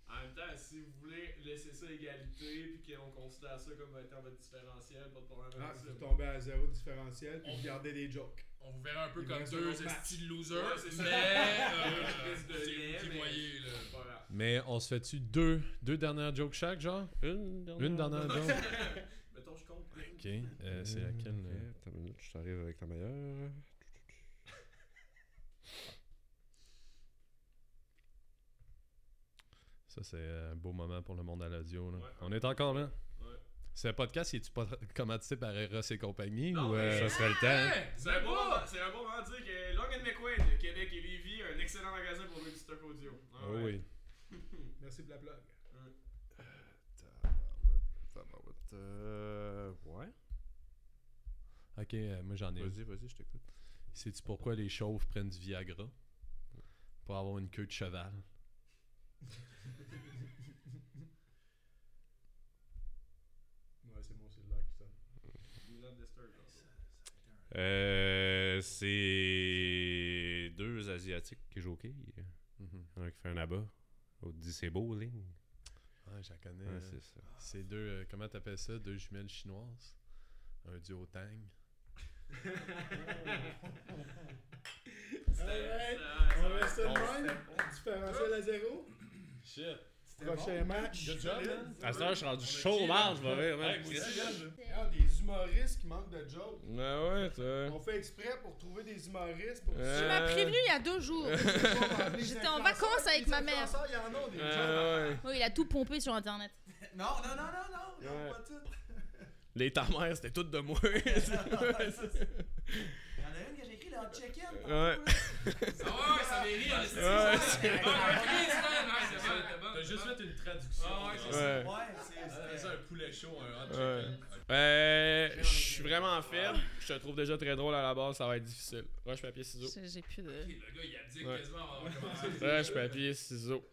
K: En même temps, si vous voulez laisser ça égalité, puis qu'on considère ça comme étant votre différentiel, pas de problème
B: Ah,
K: avec ça.
B: vous tombez à zéro différentiel, puis vous gardez des jokes.
K: On vous verra un peu
B: Il
K: comme
B: reste
K: deux
B: un autre match.
K: styles losers, mais euh, c'est vous qui voyez, là.
D: Mais on se fait-tu deux, deux dernières jokes chaque, genre?
E: Une dernière.
D: Une dernière joke?
K: Mettons, je compte.
D: Ok, euh, c'est laquelle?
E: Ok,
D: euh?
E: attends une minute, je t'arrive avec la meilleure.
D: Ça, c'est euh, un beau moment pour le monde à l'audio. là. on est encore là. C'est un podcast, est-tu pas commandité par Eros et compagnie? ou, euh,
E: Ça serait le temps. hein?
K: C'est un, bon moment- c'est un bon moment de dire que Logan McQuaid de Québec et Lévis, un excellent magasin pour louer du stock audio. Ah
D: Oh
K: ouais.
D: oui.
B: Merci pour la plug.
E: Euh, ouais.
D: Ok, euh, moi j'en ai.
E: Vas-y, vas-y, je t'écoute.
D: Sais-tu pourquoi les chauves prennent du Viagra? Pour avoir une queue de cheval.
B: Ouais, c'est mon cellulaire qui sonne.
E: Euh, c'est deux Asiatiques qui jouent au quai. Un qui fait un abat. L'autre dit c'est beau, ligne.
D: Ouais, je la connais.
E: Ouais,
D: euh,
E: c'est ça.
D: c'est deux, euh, comment t'appelles ça? Deux jumelles chinoises. Un duo tang.
B: Alright, on reste ça de même. Différentiel à zéro.
D: Shit.
B: Prochain match.
E: À ce je suis rendu chaud, marge,
F: hein?
E: je vais
B: Regarde, Ah, des humoristes qui manquent de jokes.
A: Ah ouais, toi.
B: On fait exprès pour trouver des humoristes pour
A: Euh,
C: Tu m'as prévenu il y a deux jours. J'étais en vacances avec ma mère.
B: Il y en a des gens.
A: Ah ouais.
C: Oui, il a tout pompé sur Internet.
G: Non, non, non, non, non,
A: Ouais.
G: non, pas tout.
A: Les ta mère, c'était toutes de moi.
G: Il y en a une que j'ai écrit, le hot chicken.
K: Ah
A: Ouais.
K: ouais, ça mérite, on est
A: Ouais,
K: T'as juste fait une traduction. Ah ouais, c'est ça.
A: ouais.
G: Ouais, c'est
K: C'est
G: c'était-
K: ça, un poulet chaud, un hot
A: Ouais.
K: chicken.
A: Euh, je suis vraiment faible. Je te trouve déjà très drôle à la base, ça va être difficile. Roche, papier, ciseaux.
C: J'ai j'ai plus de.
K: Le gars, il a dit
A: Ouais.
K: quasiment avant de commencer.
A: Roche, papier, ciseaux.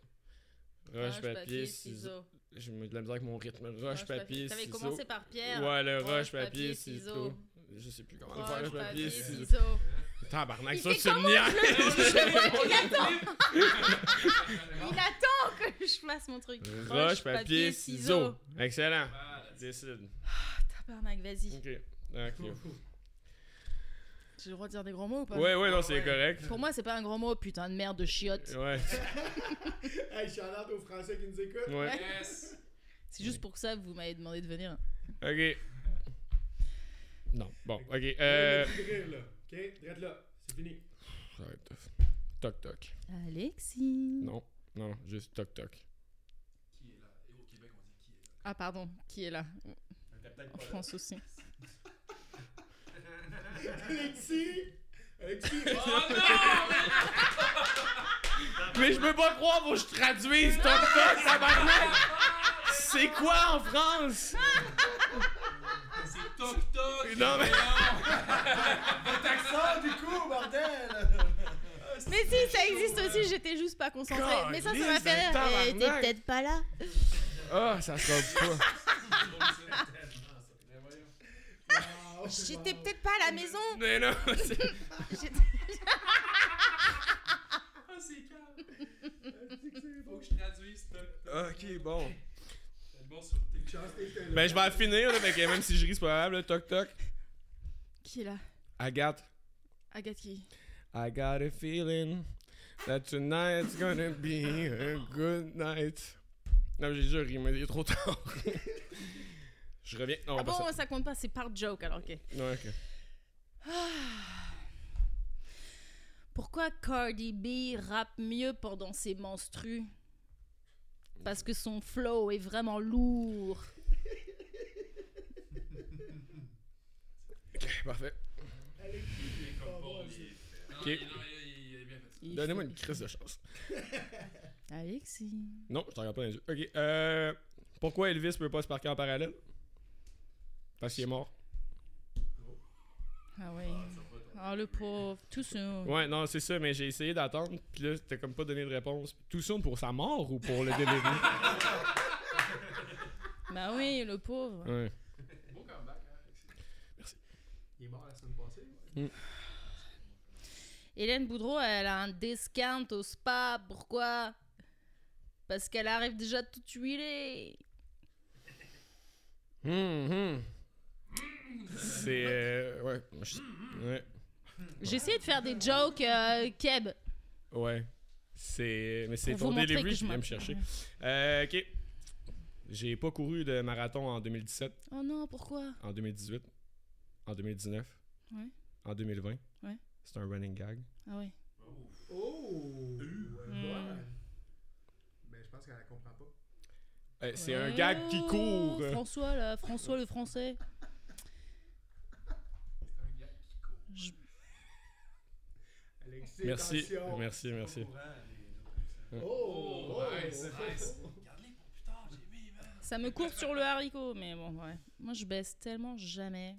A: Roche,
C: Roche,
A: papier, ciseaux. J'ai de la misère avec mon rythme. Roche, papier,
C: T'avais
A: ciseaux.
C: commencé par pierre.
A: Ouais, le roche,
C: Roche,
A: papier,
C: papier,
A: ciseaux.
C: ciseaux.
A: Je sais plus comment le faire.
C: Roche,
A: Roche,
C: papier,
A: papier, ciseaux.
C: ciseaux.
A: Tabarnak,
C: Il
A: ça,
C: fait
A: c'est une
C: comment,
A: niaise.
C: Il attend que je fasse mon truc.
A: Roche, papier, ciseaux. Excellent. Décide.
C: Oh, Tabarnak, vas-y.
A: Ok. Ok.
C: J'ai le droit de dire des gros mots ou pas
A: Ouais, ouais, non, c'est correct.
C: Pour moi, c'est pas un gros mot, putain de merde de chiotte.
A: Ouais.
B: Hey, shout-out aux Français qui nous écoutent.
A: Ouais.
K: Yes!
C: C'est juste pour ça que vous m'avez demandé de venir.
A: Ok. Non, bon, ok. Euh.
B: Euh... Rire, là. OK? Drette là. C'est fini.
A: Ça va être tough. Toc toc.
C: Alexis.
A: Non, non, juste toc toc.
C: Ah, pardon, qui est là En France aussi.
B: Alexis! Alexis!
A: Mais je peux pas croire faut que je traduise toc toc, tabarnak! C'est quoi en France?
K: C'est toc toc!
A: Non, mais.
G: Taxon, du coup, bordel!
C: Mais si, ça
A: hein.
C: existe aussi, j'étais juste pas concentrée. Mais ça, ça m'a
A: Caliste,
C: fait rire.
A: tabarnak.
C: Eh, T'es peut-être pas là.
A: Ah, ça sera pas. Ah
C: J'étais peut-être pas à la maison.
A: Mais non, c'est-
C: J'étais-
K: Ah,
B: Alexis,
A: est bon.
F: Chance que t'étais là.
A: Ben, je vais la finir, là, fait que même si je ris, c'est pas grave, là, toc toc.
C: Qui est là
A: Agathe.
C: Agathe qui
A: I got a feeling that tonight's gonna be a good night. Non, j'ai déjà ri, mais il est trop tard. je reviens. Non,
C: Ah
A: pas
C: bon,
A: Oh, bah, ça.
C: ça compte pas, c'est par joke alors, ok.
A: Ouais, ok.
C: Pourquoi Cardi B rappe mieux pendant ses menstrues Parce que son flow est vraiment lourd.
A: Ok, parfait.
C: Il
A: Donnez-moi
C: fait-
A: une crise de chance.
C: Alexis.
A: Non, je t'en regarde pas dans les yeux. Ok, euh. Pourquoi Elvis peut pas se parquer en parallèle Parce qu'il est mort.
C: Ah oui. Ah le pauvre, tout ça.
A: Ouais, non, c'est ça, mais j'ai essayé d'attendre, puis là, t'as comme pas donné de réponse. Tout ça pour sa mort ou pour le délire
C: Bah oui, le pauvre.
A: Ouais.
F: Il est mort la semaine passée.
C: Hélène Boudreau, elle a un discount au spa. Pourquoi Parce qu'elle arrive déjà toute huilée.
A: Hum, hum. C'est. euh, ouais. je- Ouais.
C: J'ai essayé de faire des jokes euh, keb.
A: Ouais. C'est. Mais c'est
C: Pour
A: ton
C: vous montrer que
A: delivery
C: je
A: qui vient me
C: m'en-
A: chercher. Euh, ok. J'ai pas couru de marathon en 2017,
C: Oh non, pourquoi
A: en 2018, en 2019,
C: Ouais.
A: en 2020.
C: Ouais.
A: C'est un running gag.
C: Ah oui.
F: Oh!
C: Hmm.
F: Ben, je pense qu'elle la comprend pas.
A: Euh, c'est un gag qui court.
C: Oh, François, là, François le français. Je-
F: Alexis,
A: Merci.
F: attention.
A: Merci, merci.
F: Oh!
C: Ça me court sur le haricot, mais bon, ouais. Moi, je baisse tellement jamais.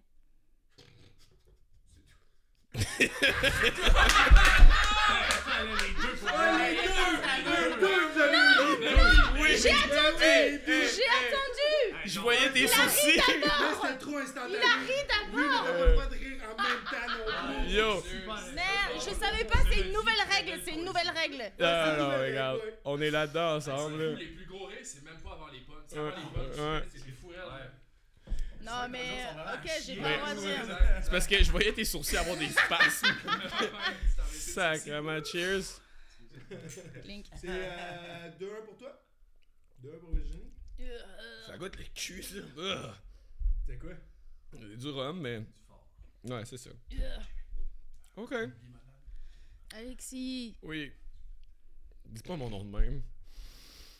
C: J'ai attendu J'ai attendu
A: Je voyais tes sourcils.
F: Là, c'était trop instantané. Il a ri
C: d'abord.
F: On va pas de rire en même temps non plus.
A: Yo.
C: Merde, je savais pas, c'est une nouvelle règle, c'est une nouvelle règle
A: Ah, non, regarde. On est là-dedans ensemble. là.
D: Les plus gros rires, c'est même pas avant les pommes. C'est
A: Ouais,
D: avant les pommes.
A: ouais.
D: C'est des fous rires.
C: Non mais, euh, ok, j'ai pas
A: Mais-
C: le droit de dire.
A: C'est parce que je voyais tes sourcils avoir des spasmes. Sacrement, cheers.
C: Link.
F: C'est
B: euh,
F: 2-1 pour toi? 2-1 pour Virginie?
C: Euh,
A: Ça goûte le cul, ça. Ugh.
F: C'est quoi?
A: Ah. C'est Du rhum, mais. Ouais, c'est ça.
C: euh,
A: Ok.
C: Alexis
A: Oui. Dis pas mon nom de même.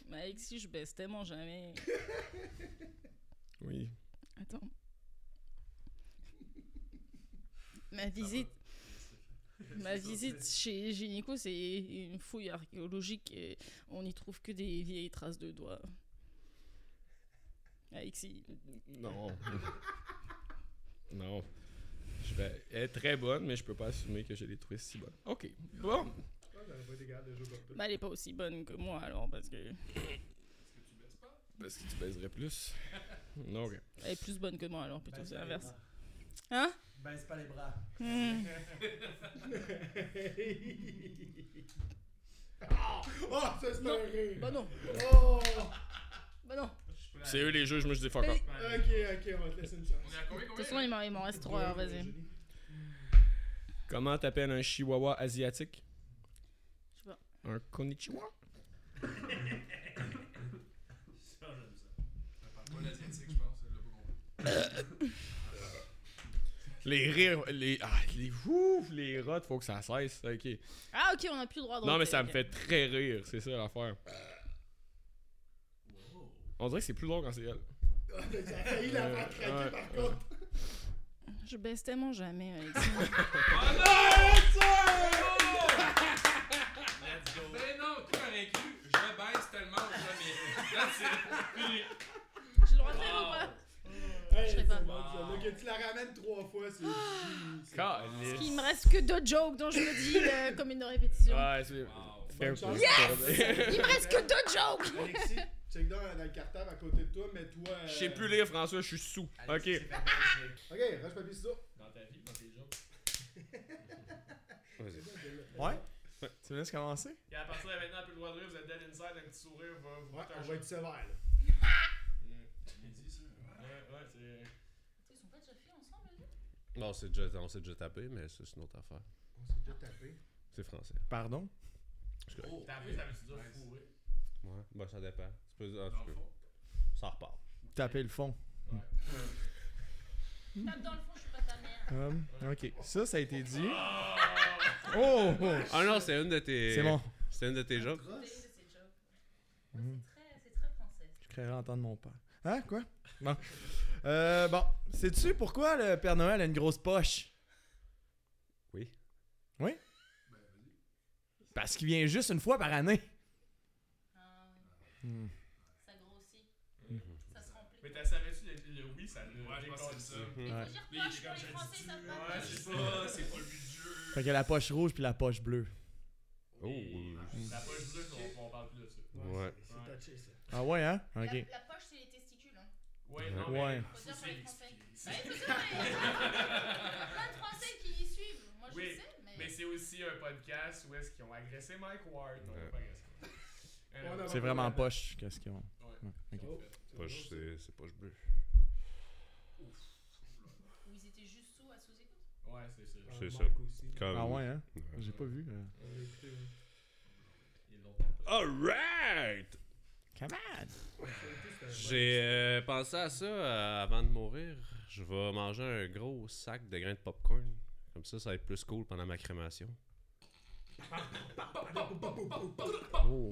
C: Mais Alexis, je baisse tellement jamais.
A: Oui.
C: Attends. Ma visite. Ma visite chez Gynéco, c'est une fouille archéologique et on n'y trouve que des vieilles traces de doigts. Alexis.
A: Non. non. Je vais... Elle est très bonne, mais je peux pas assumer que je l'ai trouvée si bonne. Ok. Bon.
F: Ah, j'aurais pas été capable de jouer comme
C: Bah, elle est pas aussi bonne que moi alors parce que.
A: Parce que tu baiserais plus. Non, ok.
C: Elle est plus bonne que moi alors plutôt, c'est l'inverse. Hein
G: Ben,
F: Baisse pas les bras.
C: Hmm.
F: Oh, ça c'est un rire.
C: Bah non
F: Oh!
C: Bah non
A: C'est eux les jeux, je me dis fuck off.
F: Ok, ok, on va te laisser une chance.
C: De toute façon, il m'en il m'en reste trois alors vas-y. Je
A: Comment t'appelles un chihuahua asiatique
C: sais pas.
A: Un konnichiwa Les rires, les. Ah, les. Ouh, les rottes, faut que ça cesse. Ok.
C: Ah ok, on a plus le droit de
A: Non, mais
C: roter,
A: ça me
C: ok.
A: fait très rire, c'est ça l'affaire. On dirait que c'est plus long quand c'est elle.
F: J'ai failli la faire
A: Ouais,
F: craquer par contre.
C: Je baisse tellement jamais Alexis.
D: Mais non, toi, un inclus, je baisse tellement jamais. Là, c'est fini.
C: J'ai le droit de faire ou pas
F: Hey,
C: Je sais
F: c'est
C: pas. Ah!
F: bon, ça. Là, que tu la ramènes trois fois, c'est. c'est-
A: Calice.
C: Il me reste que deux jokes dont je me dis euh, comme une répétition.
A: Ouais, c'est. Fair
F: Bonne chance.
A: play.
C: Il me reste que deux jokes
F: Alexis, check down dans le cartable à côté de toi, mais toi. euh,
A: Je sais plus lire, François, je suis sous. Ok.
F: Ok, roche papier ciseaux.
G: Ouais? Tu me laisses commencer?
A: Et à partir de maintenant, plus le droit de rire, vous êtes dead inside, un petit sourire va vous
B: Ouais,
A: mettre
B: on
A: un
B: va
A: choc.
B: être sévère, là.
A: Ouais, ouais, c'est.
C: Ils sont pas déjà faits ensemble, là
E: Non, on s'est déjà, on s'est déjà tapé, mais ça, c'est une autre affaire.
F: On s'est déjà tapé.
E: C'est français.
G: Pardon?
A: T'as vu, ça veut dire fourré.
E: Ouais. Ben, ça dépend. Tu peux, ah, tu peux. Ça repart.
G: Taper le fond.
C: Tape dans le fond, je suis pas ta mère.
G: Hum, ok. Ça, ça a été dit. Oh! oh.
E: Ah non, c'est une de tes.
G: C'est bon.
E: C'était une de tes jokes.
C: C'est
F: Grosse.
C: c'est joke. Ouais, C'est très, c'est très français.
G: Je créerais entendre mon père. Hein? Quoi? Bon. Euh, bon. Sais-tu pourquoi le Père Noël a une grosse poche?
E: Oui.
G: Oui? Parce qu'il vient juste une fois par année.
C: Ah,
G: Hmm.
C: ça grossit.
G: Mhm.
C: Ça se remplit.
A: Mais t'as savais-tu le, le oui, ça le.
D: Ouais, je pense que c'est ça.
C: Il
G: Ouais.
C: faut dire poche pour les Français, ça se
D: Ouais,
C: remplit.
D: c'est ça, c'est pas le but du jeu.
G: Fait qu'il y a la poche rouge puis la poche bleue.
E: Oh. Ouais.
A: La poche bleue, on, on parle plus de ça.
B: C'est touché, ça.
G: Ah ouais, hein?
C: La-
G: Ok.
C: La poche, c'est les testicules. hein.
A: Ouais,
D: Ah
A: non, mais.
G: Ouais.
C: Faut dire pour
A: c'est
C: les Français.
A: expliqué.
C: Bah, il faut dire, mais- plein de Français qui y suivent. Moi, je
A: Oui,
C: sais, mais.
A: Mais c'est aussi un podcast où est-ce qu'ils ont agressé Mike Ward. Non,
E: Ouais.
A: pas agressé. Euh,
B: Ouais,
G: C'est vraiment poche, qu'est-ce qu'ils ont.
A: Ouais.
G: Ouais, ok.
B: Oh,
E: Poche, c'est, c'est poche bleue.
C: Ou ils étaient juste sous à sous-écoute.
A: Ouais, c'est ça.
B: Ah,
E: C'est
B: Mike
E: ça.
B: aussi.
E: Comme...
G: Ah ouais, hein? J'ai pas vu. euh.
B: On l'a écouté, ouais.
A: Ils l'ont
E: Alright!
G: Come on!
E: J'ai euh, pensé à ça euh, avant de mourir. Je vais manger un gros sac de grains de popcorn. Comme ça, ça va être plus cool pendant ma crémation.
G: Oh.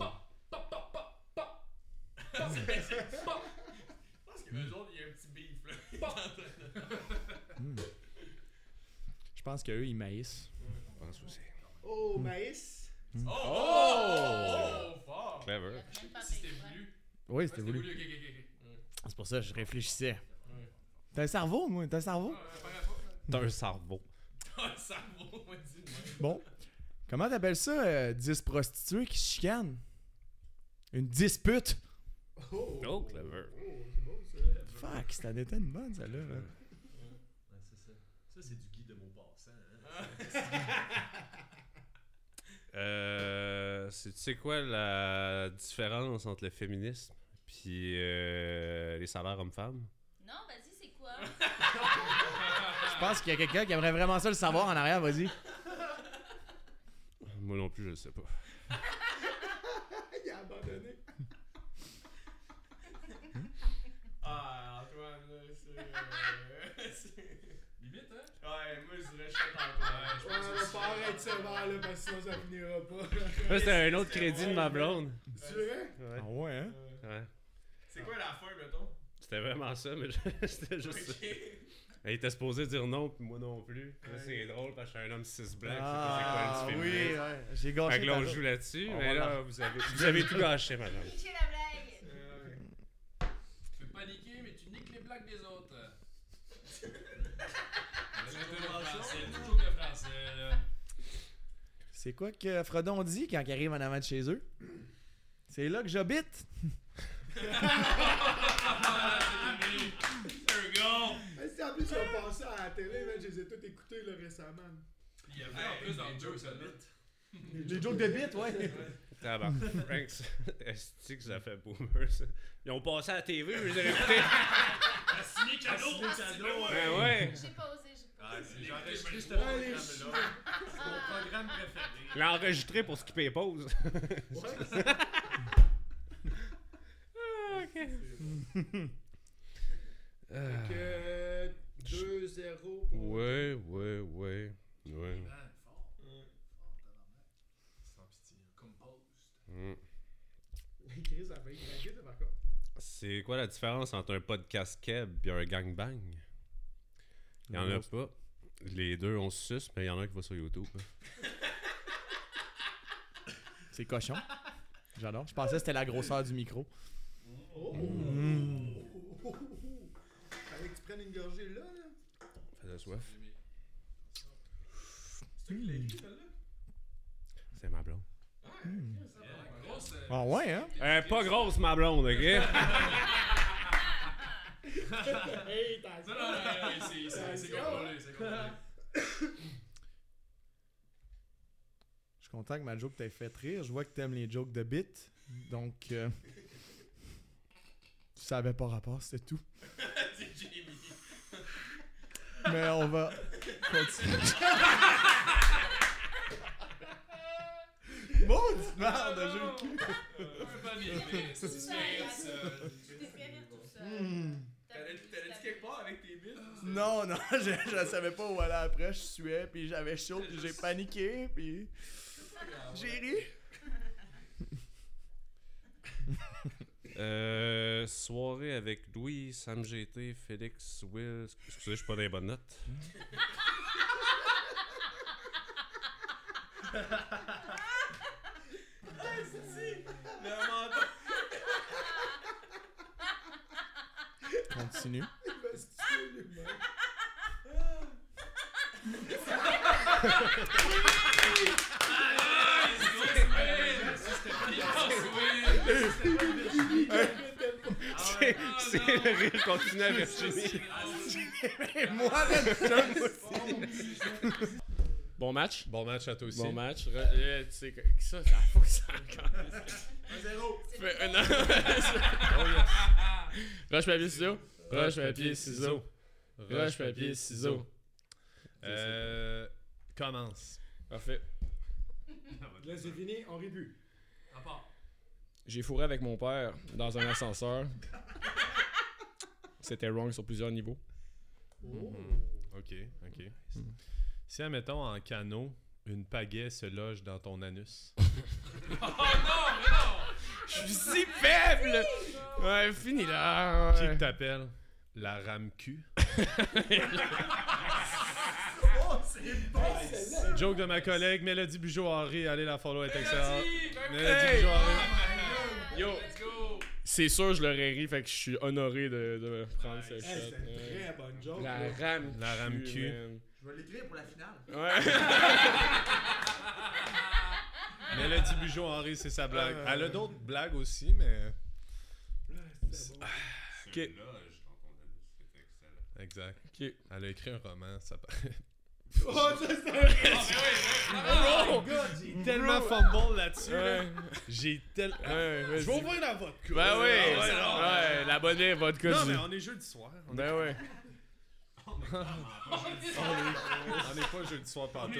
A: Parce que les autres, il y a un petit beef là.
G: Je pense qu'eux, ils maïssent.
E: Je pense aussi.
B: Oh, maïs.
A: Oh!
E: Oh!
A: Oh! Fort!
E: Clever.
C: Même pas
D: Si c'était
C: fait, ouais.
D: voulu.
G: Oui,
D: Ah,
G: c'était
D: C'était
G: voulu.
D: voulu, ok, ok, ok.
G: C'est pour ça que je réfléchissais. T'as un cerveau, moi. T'as un cerveau?
E: T'as un cerveau.
A: T'as le cerveau, moi, dis
G: Bon. Comment t'appelles ça, euh, 10 prostituées qui se chicanent? Une dispute?
B: Oh,
E: Oh, clever.
B: c'est beau, ça.
G: Fuck, c'était était une bonne, celle-là. là.
L: Ça, c'est du guide de mon passant.
E: Euh, c'est- tu sais quoi la différence entre le féminisme puis euh, les salaires hommes-femmes?
C: Non, vas-y, c'est quoi
G: Je pense qu'il y a quelqu'un qui aimerait vraiment ça le savoir en arrière, vas-y.
E: Moi non plus, je le sais pas.
B: Il a abandonné.
A: Ah, Antoine, là, c'est. euh, c'est-
D: Limite, hein?
A: ouais, moi, je dirais chef Antoine.
B: Ouais, on va pas être sévère, là, parce que sinon, ça finira pas.
E: Ça, c'était un autre crédit de ma blonde.
B: Tu veux?
E: Ouais.
G: Ah ouais, hein?
A: Euh,
E: Ouais.
A: C'est quoi la fin, mettons?
E: C'était vraiment ça, mais je- c'était juste ça.
A: Ok.
E: Il était supposé dire non, puis moi non plus. Là, c'est drôle parce que je suis un homme cis blanc. je sais pas
G: Ah
E: c'est quoi, le petit
G: oui,
E: féministe.
G: ouais. J'ai
E: Fait
G: gâché
E: que là,
G: ta
E: on
G: joke.
E: joue là-dessus,
G: On
E: mais
G: va
E: là,
G: la-
E: vous, avez, vous avez tout gâché, madame.
C: Pitcher la blague
A: Euh,
D: Tu peux paniquer, mais tu niques les blagues des autres. C'est le joke de français, le joke de français, là.
G: C'est quoi que Frodon dit quand il arrive en avant de chez eux? C'est là que j'habite.
D: There we go!
B: Mais si en plus, ils ont passé à la télé, man, je les ai tous écoutés, là, récemment.
D: Il y avait en plus dans le jeu, ça là.
G: Les jokes de bite, ouais.
E: Tabarnak. Franks, est-ce que ça fait boomer, ça? Ils ont passé à la TV, je les ai écoutés.
D: Signé cadeau!
E: Ben ouais!
C: J'ai pas osé, j'ai pas osé.
D: J'ai enregistré
F: Juste
D: ce
F: avant
D: programme-là.
F: les chiens.
C: Ah,
F: Programme préféré.
E: L'enregistrer pour skipper les pauses. Ah,
B: Fait
E: Ah.
B: que 2-0 pour.
E: Ouais, ouais, ouais. Ouais.
D: Ah, fort.
L: Sans pitié.
D: Compost.
E: Mm.
B: Chris, ça fait craquer, ça, par contre.
E: C'est quoi la différence entre un podcast keb et un gangbang? Il y en a pas. Les deux, on se suce, mais il y en a un qui va sur YouTube.
G: C'est cochon. J'adore. Je pensais que c'était la grosseur du micro.
B: Oh! Fallait que tu prennes une gorgée là, là.
E: Fais de soif.
A: C'est toi qui l'as écrit, celle-là?
E: C'est ma blonde.
D: Yeah, Grosse. euh,
G: Ah ouais, hein?
E: Euh, pas grosse, ma blonde, ok?
B: Hey,
D: Non,
B: t'as
D: non, non, non, c'est- c'est c'est contrôlé, c'est contrôlé.
G: Je suis content que ma joke t'ait fait rire. Je vois que t'aimes les jokes de bit. Donc. euh, ça avait pas rapport, c'était tout. Mais on va continuer. Maudite merde, j'ai le cul.
C: Mm.
G: Hmm. Non, non, je, je savais pas où aller après. Je suais, puis j'avais chaud, puis j'ai paniqué, puis.
A: Ah
G: J'ai ri.
E: Euh, soirée avec Louis, Sam GT, Félix, Will. Excusez, je suis pas dans les bonnes notes.
G: Continue.
A: C'est c'est le rire continu à Virginie.
G: Moi,
A: Bon match.
D: Bon match à toi aussi.
A: Bon match. Re- euh, tu sais, que que ça, ça faut que ça Fais un
D: Oh
A: Roche, papier, ciseaux. Roche, papier, ciseaux. Roche, papier, ciseaux.
D: Euh, commence.
A: Parfait.
M: Là, c'est fini, on rit plus.
A: J'ai fourré avec mon père dans un ascenseur. C'était wrong sur plusieurs niveaux.
D: Ok, ok. Si, admettons, en canot, une pagaie se loge dans ton anus.
A: Je suis si faible! Ouais, fini là.
D: Qui que
A: ouais.
D: t'appelles La rame cul. Joke de ma collègue Mélodie Bugeaud-Henri. Allez la follow, elle est excellente. Mélodie
A: Hey!
D: Bugeaud-Henri.
A: Yo! C'est sûr, je l'aurais ri, fait que je suis honoré de, de prendre ce shot.
M: Hey, C'était
A: Ouais.
M: une très bonne joke.
A: La
M: là.
A: rame
D: La rame cul.
A: man.
B: Je vais l'écrire pour la finale.
A: Ouais.
D: Mélodie Bugeaud-Henri, c'est sa blague. Elle a d'autres blagues aussi, mais. Ah,
A: ok,
D: Exact.
A: ok.
D: Elle a écrit un roman, ça paraît.
M: Oh, ça, c'était
A: Bro!
D: Tellement fumble là-dessus. là.
A: Ouais,
D: J'ai tellement.
A: ouais, vas-y.
D: Je vais ouvrir dans votre cou.
A: Ben oui, ouais,
D: Ah ouais, non.
A: la bonne est votre
D: Non,
A: cas.
D: mais on est jeudi soir. On est-
A: Ben ouais.
D: on n'est pas jeudi soir par tout.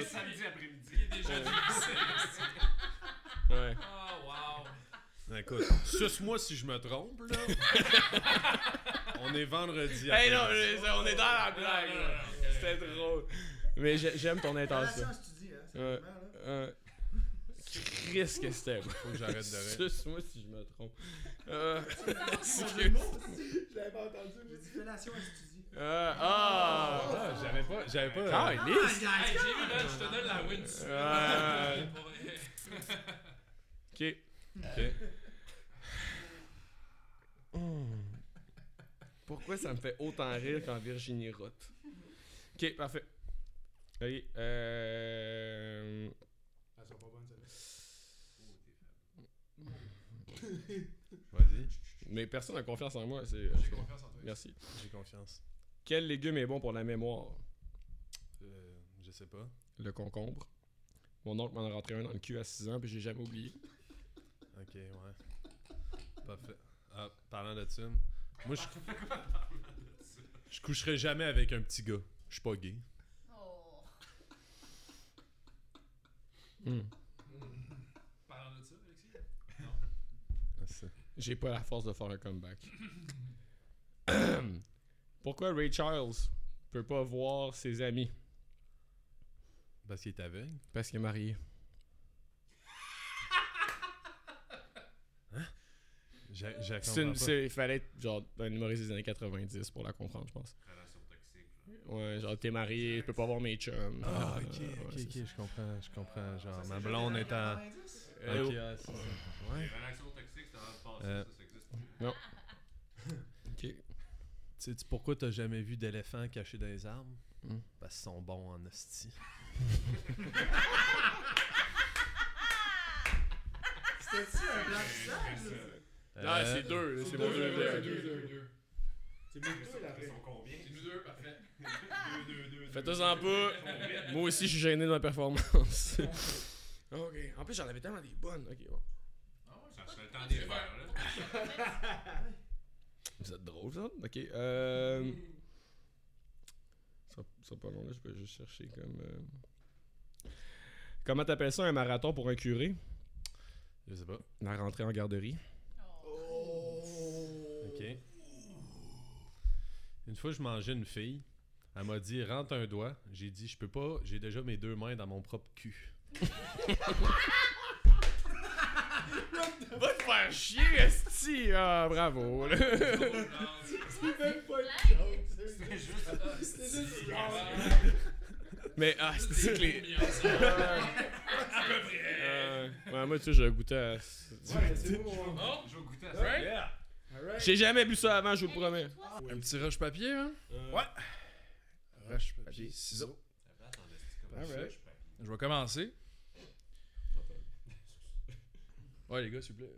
A: ouais.
D: Ben, Écoute, suce-moi si je me trompe, là. on est vendredi.
A: Hey non,
D: après-midi.
A: on est dans la blague. là. C'était drôle. Mais j'ai- j'aime ton intention.
M: Ah,
B: Attention à ce que tu dis, hein. c'est
A: Ouais.
B: vraiment, là.
A: Euh, Chris que c'était.
D: Faut que j'arrête de rire.
A: moi si je me trompe. Euh,
M: Je l'avais pas entendu. mais-
B: J'ai dit fellation à ce que tu dis.
A: euh,
M: Oh!
A: ah!
D: Ah, j'avais pas. J'avais pas. euh,
A: Ah, il est-
B: guys,
C: J'ai vu, là, je te donne la win.
A: Euh, Ok.
D: Ok.
A: Pourquoi ça me fait autant rire quand Virginie rote? Ok, parfait. Ok, euh...
M: Elles sont pas bonnes, celles-là.
D: Vas-y,
A: Mais personne n'a confiance en moi, c'est...
M: J'ai confiance en toi.
A: Merci.
D: j'ai confiance.
A: Quel légume est bon pour la mémoire?
D: Euh, je sais pas.
A: Le concombre. Mon oncle m'en a rentré un dans le cul à 6 ans, puis j'ai jamais oublié.
D: Ok, ouais. Parfait. Ah, parlant de thunes, moi je. Je coucherai jamais avec un petit gars. Je suis pas gay.
C: Oh. Parlant de ça, Alexis?
D: Ah,
A: J'ai pas la force de faire un comeback. Pourquoi Ray Charles peut pas voir ses amis?
D: Parce qu'il est aveugle.
A: Parce qu'il est marié.
D: J'a- j'a-
A: C'est
D: comprends
A: une-
D: pas.
A: c'est- Il fallait être genre un humoriste des années 90 pour la comprendre, je pense. Ouais, genre t'es marié, tu peux pas voir mes chums.
D: Ah, ok,
A: Euh,
D: ok,
A: ouais,
D: ok, je comprends, je comprends. Genre, ma blonde est en.
A: c'est-
D: Ok,
A: Euh,
D: ouais, c'est ça. oh. Ouais. Euh,
A: ok.
D: Tu sais pourquoi t'as jamais vu d'éléphants cachés dans les arbres?
A: Hmm.
D: Parce qu'ils sont bons en hostie.
B: C'était-tu un blanchissage? là?
A: Ah,
D: Euh,
A: c'est deux, là, c'est mon deux.
C: deux,
A: deux.
C: deux.
M: C'est beaucoup, toi, la vraie.
C: C'est nous deux, parfait.
A: Faites-en pas. Moi aussi, je suis gêné de ma performance. ok. En plus, j'en avais tellement des bonnes. Ok, bon.
E: Ça serait le temps des verres, là.
A: Vous êtes drôle, ça. Ok. Euh... Ça ça pas long, là. Je peux juste chercher comme. euh, Comment t'appelles ça un marathon pour un curé
L: Je sais pas.
A: La rentrée en garderie.
L: OK. Une fois, je mangeais une fille. Elle m'a dit rentre un doigt. J'ai dit je peux pas, j'ai déjà mes deux mains dans mon propre cul.
A: Va te faire chier, Esti! Ah, bravo! là. Mais, ah, c'est que les. Euh, ouais, moi, tu sais, je goûtais à.
E: Je vais goûter à ça.
D: Right?
A: J'ai jamais bu ça avant, je vous le promets.
D: Un petit rush papier, hein?
B: Roche, papier, ciseaux. Alright.
D: Je vais commencer. Ouais, les gars, s'il vous plaît.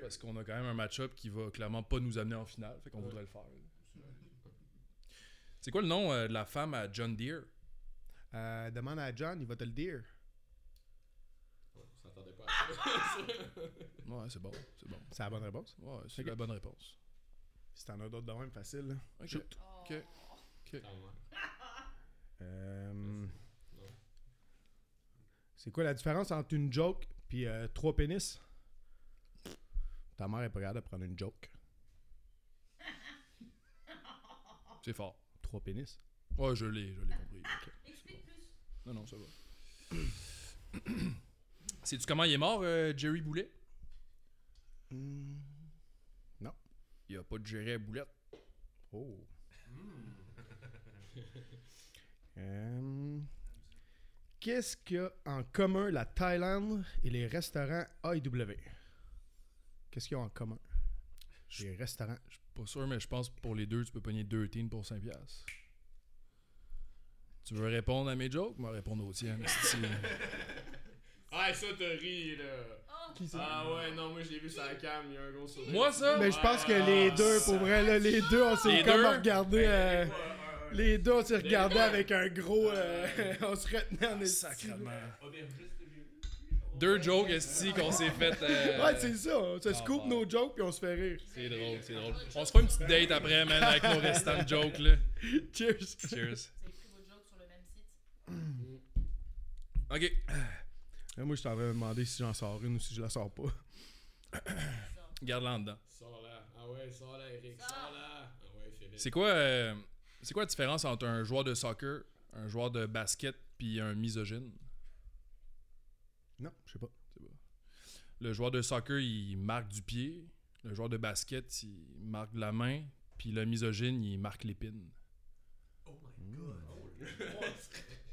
D: Parce qu'on a quand même un match-up qui va clairement pas nous amener en finale. Fait qu'on voudrait le faire. C'est quoi le nom euh, de la femme à John Deere?
B: Euh, demande à John, il va te le dire.
D: Ouais, c'est bon. C'est bon.
B: C'est la bonne réponse.
D: Ouais, c'est la bonne réponse.
B: Si t'en as d'autres de même, facile. là.
D: Ok. Ok.
B: Euh, C'est quoi la différence entre une joke puis euh, trois pénis? Ta mère est pas capable de prendre une joke.
D: C'est fort.
B: Trois pénis.
D: Ouais, je l'ai, je l'ai compris. Non, non, ça va. Sais-tu comment il est mort, euh, Jerry Boulet?
B: Hmm. non.
D: Il a pas de Jerry à boulette.
B: Oh. Euh, Qu'est-ce qu'il y a en commun la Thaïlande et les restaurants AIW? Qu'est-ce qu'ils ont en commun? Les restaurants.
D: Pas sûr, mais je pense que pour les deux, tu peux pogner deux teens pour 5 piastres. Tu veux répondre à mes jokes? Moi, répondre aux tiennes. esti.
A: Ah, ça, t'as ri, là. Ah, ouais, non, moi, je l'ai vu sur la cam, il y a un gros sourire.
D: Moi, ça? Ah,
B: Mais je pense que les deux, pour vrai, là, les deux, on s'est
D: Les
B: comme
D: deux?
B: regardé. euh, les deux, on s'est regardé avec un gros. euh, on se retenait en esti.
D: Sacrement. Deux jokes, esti, qu'on s'est fait. euh,
B: Ouais, c'est ça. On se scoop
D: bah.
B: nos jokes puis on se fait rire.
D: c'est drôle, c'est drôle. On se fait une petite date après, man, avec nos restants de jokes, là.
B: Cheers.
D: Cheers.
C: Vous avez pris vos jokes sur le même site
D: Ok.
B: Là, Euh, moi, je t'avais demandé si j'en sors une ou si je la sors pas.
D: Garde-la en dedans.
A: Sors là. Ah, ouais, sors là, Eric. Sors là. Ah, ouais, Philippe.
D: C'est quoi, euh, c'est quoi la différence entre un joueur de soccer, un joueur de basket, puis un misogyne?
B: Non, je sais pas.
D: Le joueur de soccer, il marque du pied. Le joueur de basket, il marque de la main. Puis le misogyne, il marque l'épine.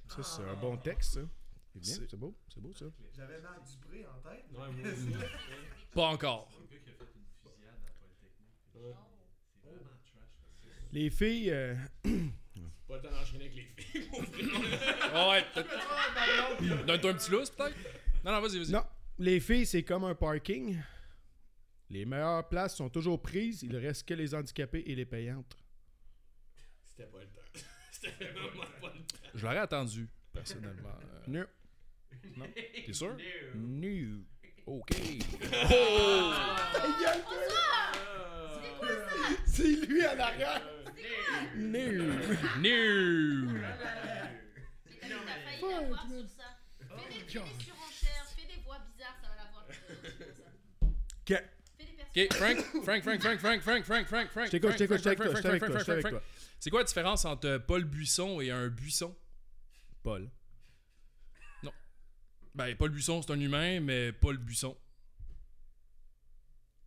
B: Ça, c'est un bon texte, ça. C'est bien, c'est beau, c'est beau, ça.
F: J'avais Marc Dupré en tête.
A: Ouais, moi aussi.
D: Pas encore.
B: Les filles, euh,
A: Pas le temps d'enchaîner avec les filles, mon
D: Ah ouais, peut-être. Donne-toi un petit lousse, peut-être? Non, non, vas-y, vas-y.
B: non, les filles, c'est comme un parking. Les meilleures places sont toujours prises, il reste que les handicapés et les payantes.
A: C'était pas le temps. C'était vraiment pas le temps.
D: Je l'aurais attendu, personnellement. Euh,
B: Non.
D: T'es sûr?
B: Nu.
D: OK.
B: C'est lui à l'arrière. Nu.
A: euh,
D: New!
C: J'ai t'as failli l'avoir sur ça. Fais des, fais des surenchères, fais des voix bizarres, ça va l'avoir. Fais
B: Ok.
C: des personnes.
D: OK, Frank, Frank, Frank, Frank, Frank, Frank, Frank, Frank, Frank.
B: Je t'écoute, je t'écoute, je
D: Frank,
B: t'écoute,
D: Frank,
B: je
D: Frank,
B: t'écoute,
D: Frank,
B: je
D: Frank, Frank,
B: t'écoute,
D: Frank. C'est quoi la différence entre euh, Paul Buisson et un buisson?
B: Paul.
D: Ben, Paul Buisson, c'est un humain, mais Paul Buisson.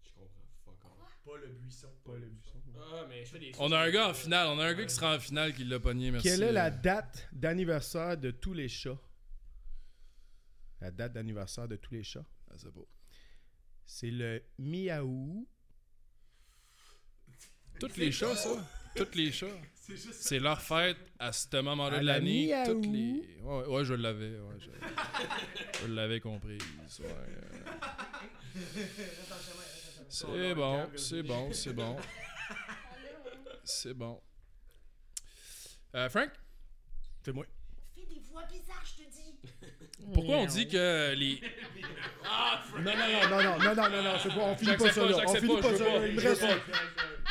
A: Je comprends. Fuck off.
F: Pas le buisson. Pas le buisson.
A: Ah, mais je fais des.
D: On a un gars en finale. On a un gars qui sera en finale qui l'a pogné, merci.
B: Quelle est la date d'anniversaire de tous les chats? La date d'anniversaire de tous les chats?
D: Ah, c'est beau.
B: C'est le miaou.
D: Toutes les chats, ça. Toutes les chats.
F: C'est juste
D: C'est leur fête à ce moment-là
B: À
D: de
B: la
D: l'année.
B: miaou.
D: Toutes les. Ouais, ouais, je l'avais. Ouais, je je l'avais compris. ouais, euh. C'est bon, c'est bon, c'est bon. C'est bon. Euh, Frank?
B: C'est moi.
C: Fais des voix
N: voix bizarre, je te dis.
D: Pourquoi on dit que les.
B: Non, non, non, non, non, non, non, non, non, c'est pas, on finit pas
D: J'accepte
B: ça
D: pas,
B: là. On
D: j'accepte
B: finit
D: pas,
B: pas
D: je
B: ça
D: veux
B: là.
D: pas,
B: Il me
D: je veux
B: reste
D: pas.
B: un.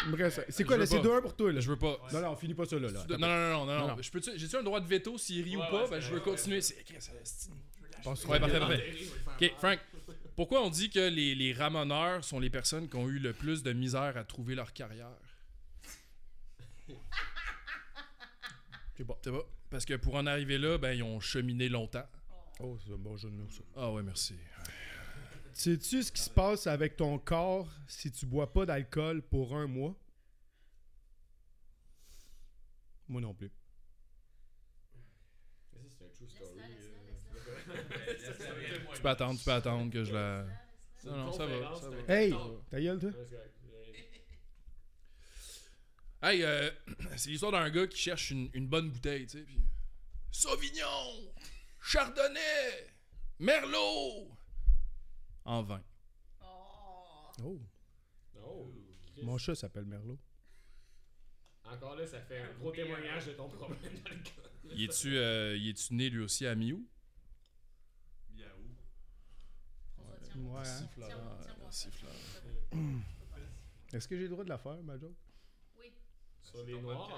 B: Il me reste un. C'est quoi,
D: Je
B: là,
D: veux
B: c'est
D: pas.
B: deux un pour toi là?
D: Je veux pas.
B: Non, non, on finit pas ça là. là.
D: Non, non, non, non, non,
B: Non, non.
D: Je peux-tu- J'ai-tu un droit de veto s'il rit ou pas? Ben, je veux continuer. C'est-
B: Pense que-
D: Ouais, bah. parfait, parfait. Ok, Frank, pourquoi on dit que les, les ramoneurs sont les personnes qui ont eu le plus de misère à trouver leur carrière? C'est bon. C'est bon. Parce que pour en arriver là, ben, ils ont cheminé longtemps.
B: Oh, c'est un bon jeu de mots ça.
D: Ah ouais, merci.
B: Sais-tu ce qui se passe avec ton corps si tu bois pas d'alcool pour un mois? Moi non plus.
D: Tu peux attendre, tu peux attendre que je la... Non, non, ben, ça va, ça va.
B: Hey! Ta gueule, toi?
D: Hey, euh, c'est l'histoire d'un gars qui cherche une, une bonne bouteille, tu sais, puis... Sauvignon! Chardonnay! Merlot! En vain.
B: Oh!
D: Oh,
B: Mon chat s'appelle Merlot.
A: Encore là, ça fait un gros témoignage de ton problème dans le cas.
D: Y es-tu euh, y es-tu né lui aussi à Miou?
B: Ouais. hein? Est-ce que j'ai le droit de la faire, ma joke?
A: Sur les noirs.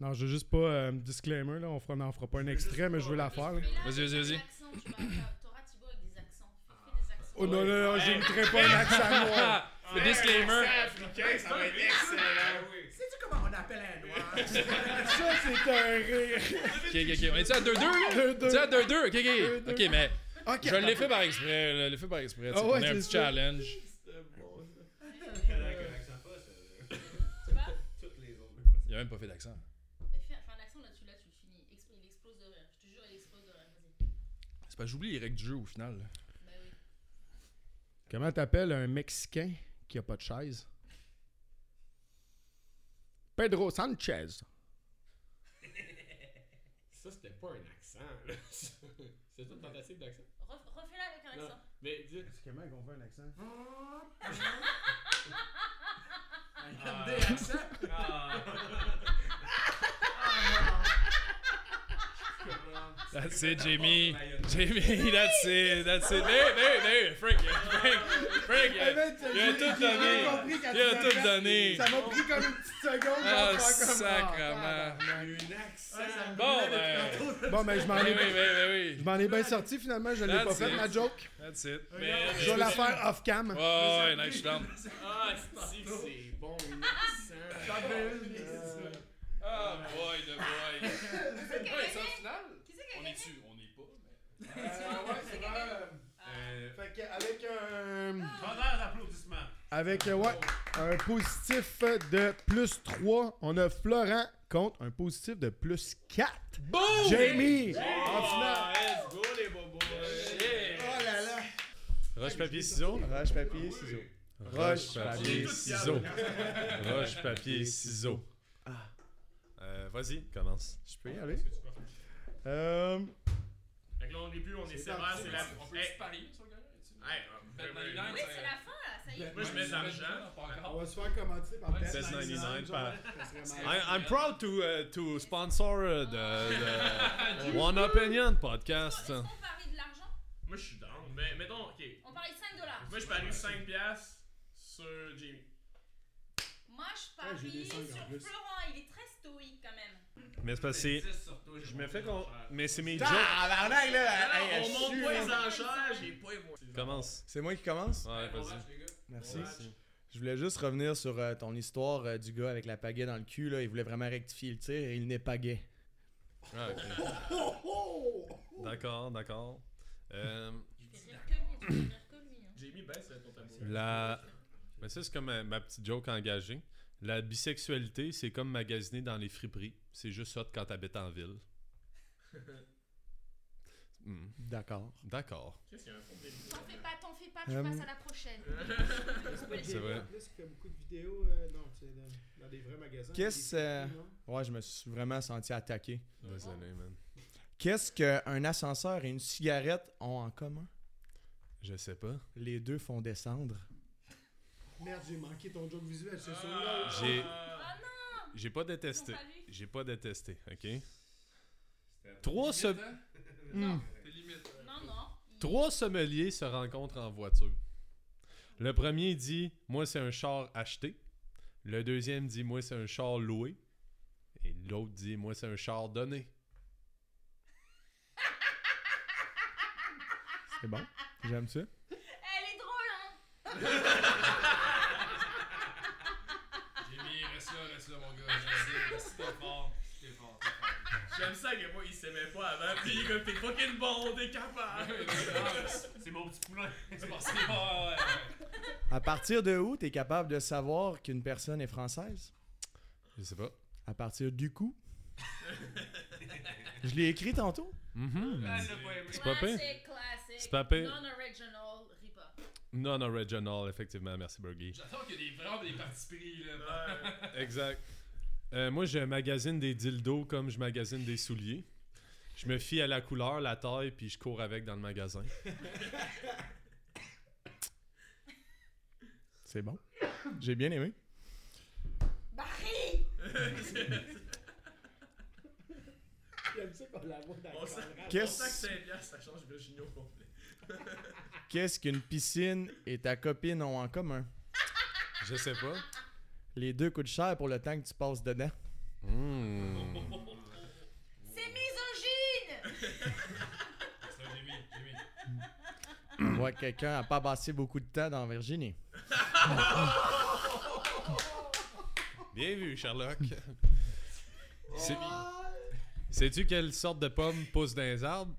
B: Non, je veux juste pas euh, disclaimer, là, on fera- on en fera pas un extrait, mais je veux la faire. là.
D: Vas-y, vas-y, vas-y.
N: T'auras Thibaut avec des accents. Fais des accents.
C: Euh,
B: Oh non, non, non, j'imiterai pas un accent noir.
D: Le disclaimer!
F: africain, ça va être excellent. Sais-tu comment on appelle un noir?
B: Ça, c'est un rire.
D: Ok, ok, ok. On est-tu à 2-2 là? On est-tu à 2-2? Ok, ok. Ok, mais
B: Ok.
D: je l'ai fait par exprès. là, Je l'ai fait par exprès. tu sais,
B: Ah ouais,
D: on a un
B: c'est
D: petit
B: ça.
D: challenge.
C: euh,
D: Il a même pas fait d'accent.
C: Mais fais, fais un accent là-dessus, là, tu le finis. Ex- il explose de rire. Je te jure, il explose de rire. Vas-y.
D: C'est pas j'oublie les règles du jeu au final. là.
C: Bah oui.
B: Comment t'appelles un Mexicain qui a pas de chaise? Pedro Sanchez.
A: Ça, c'était pas un accent. là. C'est une tentative d'accent.
C: Ref- Refais-la avec un
A: Non.
C: accent.
A: Mais dis,
B: Comment qu'on fait un accent?
A: Ah,
D: That's it, Jamie. Jamie, that's it. That's it. There, there, there. Frank, Frank, Frank.
B: Eh
D: Il
B: ben,
D: a, il a tout donné. Il a tout donné.
B: Ça m'a pris comme une petite seconde.
D: Ah,
B: j'en prends comme-
D: sacrement. Bon, ben.
B: Bon, mais je m'en
D: Ben oui,
B: ai,
D: ben, ben
B: je
D: oui.
B: m'en ai bien sorti finalement. Je l'ai
D: That's
B: pas fait
D: it.
B: ma joke.
D: That's it. Mais- euh,
B: Je vais la faire off cam.
D: Ouais, ouais, là, je suis down.
A: ah, si, c'est bon, un accent.
D: Ah, boy, de boy.
C: Qui
D: Ouais,
C: c'est
D: ça,
C: qui a
D: au
C: gagné
D: final,
C: Qui c'est qui a
D: on
C: gagné
D: est-tu, on est pas, mais...
B: Fait que avec un.
F: Grandeur d'applaudissements.
B: Avec euh, ouais, un positif de plus 3, on a Florent contre un positif de plus 4.
D: Boom!
B: Jamie! En finale!
A: Let's go, les bobos.
F: Oh là là.
L: Roche, papier, ciseaux.
G: Roche, papier, ciseaux.
L: Roche, papier, ciseaux. Roche, papier, ciseaux.
B: Ah.
L: Euh, Vas-y, commence.
G: Je peux y aller? Euh,
A: Fait que là, on est plus, on est sévère, c'est la. On peut
D: parier sur le gars-là? Tu sais,
A: Hey,
D: Ben,
A: ben,
D: Marie-Laure,
C: Oui, c'est la fin là, ça y est.
A: Moi, je mets de l'argent.
D: pas encore.
F: va se faire commenter par
D: Ouais,
L: Best 99 par-
F: Vraiment...
L: I, I'm proud to, uh, to sponsor uh, the, the One Opinion podcast.
C: Est-ce qu'on parie de l'argent
A: Moi, je suis down. Mais mettons, ok.
C: On parie 5 dollars.
A: Moi, je parie 5$ piastres sur Jamie.
C: Moi, je
F: j'ai
C: parie
F: des cinq, en
C: sur
F: plus.
C: Florent. Il est très stoïque quand même.
L: Mais c'est parce que je me fais con- Mais c'est mes jokes.
G: tabarnak, là!
A: Alors,
G: hey, elle
A: on monte
G: sue,
A: pas
G: hein.
A: les enchères, j'ai pas les moyens.
L: Commence.
G: C'est moi qui commence?
L: Ouais, vas-y.
G: Merci. Je voulais juste revenir sur euh, ton histoire euh, du gars avec la pagaie dans le cul. Là. Il voulait vraiment rectifier le tir et il n'est pas gay.
L: Ah, ok. D'accord, d'accord. Euh,
C: Tu fais rire que lui, tu fais rire que lui. hein.
A: Jamie baisse ton tableau.
L: la... Mais ça, c'est comme euh, ma, ma petite joke engagée. La bisexualité, c'est comme magasiner dans les friperies. C'est juste hot quand t'habites en ville. Hmm,
G: D'accord.
L: D'accord.
A: Qu'est-ce qu'il y a un fond de
C: T'en fais pas, t'en fais pas, tu
G: Euh,
C: passes à la prochaine.
L: C'est vrai.
F: En plus, que beaucoup de vidéos, euh, non, c'est dans, dans des vrais magasins.
G: Qu'est-ce,
F: des-
G: euh,
F: non?
G: Ouais, je me suis vraiment senti attaqué.
L: Désolé, man.
G: Qu'est-ce qu'un ascenseur et une cigarette ont en commun?
L: Je sais pas.
G: Les deux font descendre.
D: Ah,
F: Merde, j'ai manqué ton joke visuel, c'est sûr. là.
L: J'ai.
C: Ah
D: J'ai pas détesté.
C: Ils sont allés.
D: J'ai pas détesté, OK?
O: Trois
D: Trois,
O: se...
D: se-
C: Non, non.
D: Trois sommeliers se rencontrent en voiture. Le premier dit Moi, c'est un char acheté. Le deuxième dit Moi, c'est un char loué. Et l'autre dit Moi, c'est un char donné.
G: C'est bon. J'aime ça.
C: Elle est drôle, hein?
O: Jimmy, reste là, reste là, mon gars. Je sais, T'es fort, t'es fort, t'es fort.
L: J'aime ça que moi, il s'aimait pas avant, pis il est comme t'es fucking bon, t'es capable.
O: C'est mon petit poulain. C'est bon, c'est bon, ouais, ouais.
G: À partir de où t'es capable de savoir qu'une personne est française?
D: Je sais pas.
G: À partir du coup? Je l'ai écrit tantôt.
D: C'est pas pire.
C: Classique, classique.
D: C'est pas pire.
C: Non-original, Ripa.
D: Non-original, effectivement, merci Burgie.
O: J'attends qu'il y ait des vraiment des parties pris, là.
D: Exact. Euh, moi, je magasine des dildos comme je magasine des souliers. Je me fie à la couleur, la taille, puis je cours avec dans le magasin.
G: C'est bon. J'ai bien aimé.
C: Barry!
G: Qu'est-ce
L: ça change Virginie au complet.
G: qu'est-ce qu'une piscine et ta copine ont en commun?
D: Je sais pas.
G: Les deux coûtent cher pour le temps que tu passes dedans.
C: C'est misogyne!
O: C'est ça, Jimmy, Jimmy.
G: On
D: Hmm.
G: voit que quelqu'un a pas passé beaucoup de temps dans Virginie.
D: Bien vu, Sherlock. C'est- Sais-tu quelle sorte de pomme pousse dans les arbres?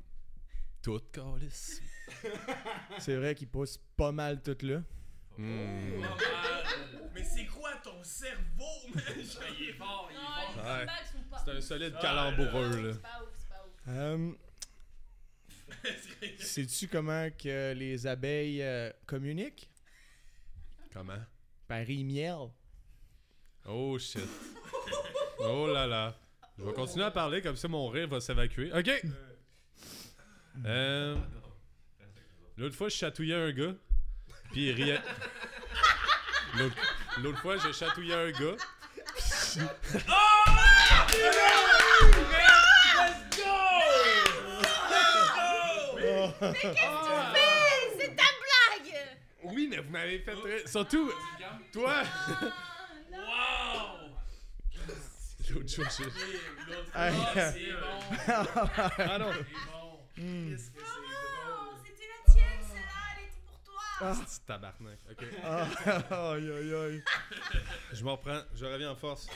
D: Toutes, calice.
G: C'est vrai qu'il pousse pas mal tout là.
D: Mm.
L: Mais c'est quoi ton cerveau, man? Il est fort,
C: Non, les comebacks sont pas
D: C'est un solide calemboureux, là.
C: ouf. C'est pas ouf, c'est pas ouf.
G: Hum, Sais-tu comment que les abeilles euh, communiquent?
D: Comment?
G: Par miel.
D: Oh shit. Oh là là. Je vais continuer à parler comme ça mon rire va s'évacuer. OK. Euh, L'autre fois, je chatouillais un gars, puis il riait. L'autre- L'autre fois, j'ai chatouillé un gars.
C: Hey, c'est ta blague!
D: Oui, mais vous m'avez fait très... Surtout, toi!
L: Ah,
O: Wow!
D: L'autre jour, j'ai-
O: Ah, c'est bon,
D: Ah non!
O: c'est bon. Ah,
C: Non, c'était la tienne, celle-là, elle était pour toi!
D: Petit tabarnak. OK.
G: aïe, aïe, aïe.
D: Je m'en reprends. Je reviens en force.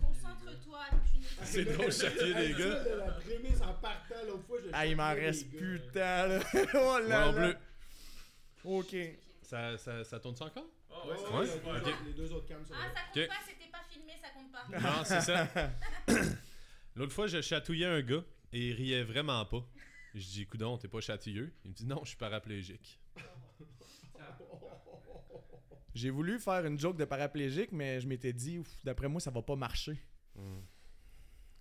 C: Concentre-toi, tu n'es
D: C'est drôle, chatouiller des gars.
B: Ça, là, La prémisse en partant l'autre fois, je
G: Ah, il m'en
B: choquais les
G: reste
B: gars.
G: plus de temps, là. oh
D: Moi
G: là
D: non
G: là.
D: plus.
G: OK.
D: Ça, ça, ça tourne ça encore?
L: Oh,
B: Ouais, ouais,
D: Ouais.
B: ouais,
D: Ok.
B: Les deux autres cannes sont
C: Ah,
B: là.
C: ça compte
D: Ok.
C: pas, c'était pas filmé, ça compte pas.
D: Non, c'est ça. L'autre fois, je chatouillais un gars et il riait vraiment pas. Je dis, coudon, t'es pas chatouilleux. Il me dit, non, je suis paraplégique.
G: J'ai voulu faire une joke de paraplégique, mais je m'étais dit, ouf, d'après moi, ça va pas marcher.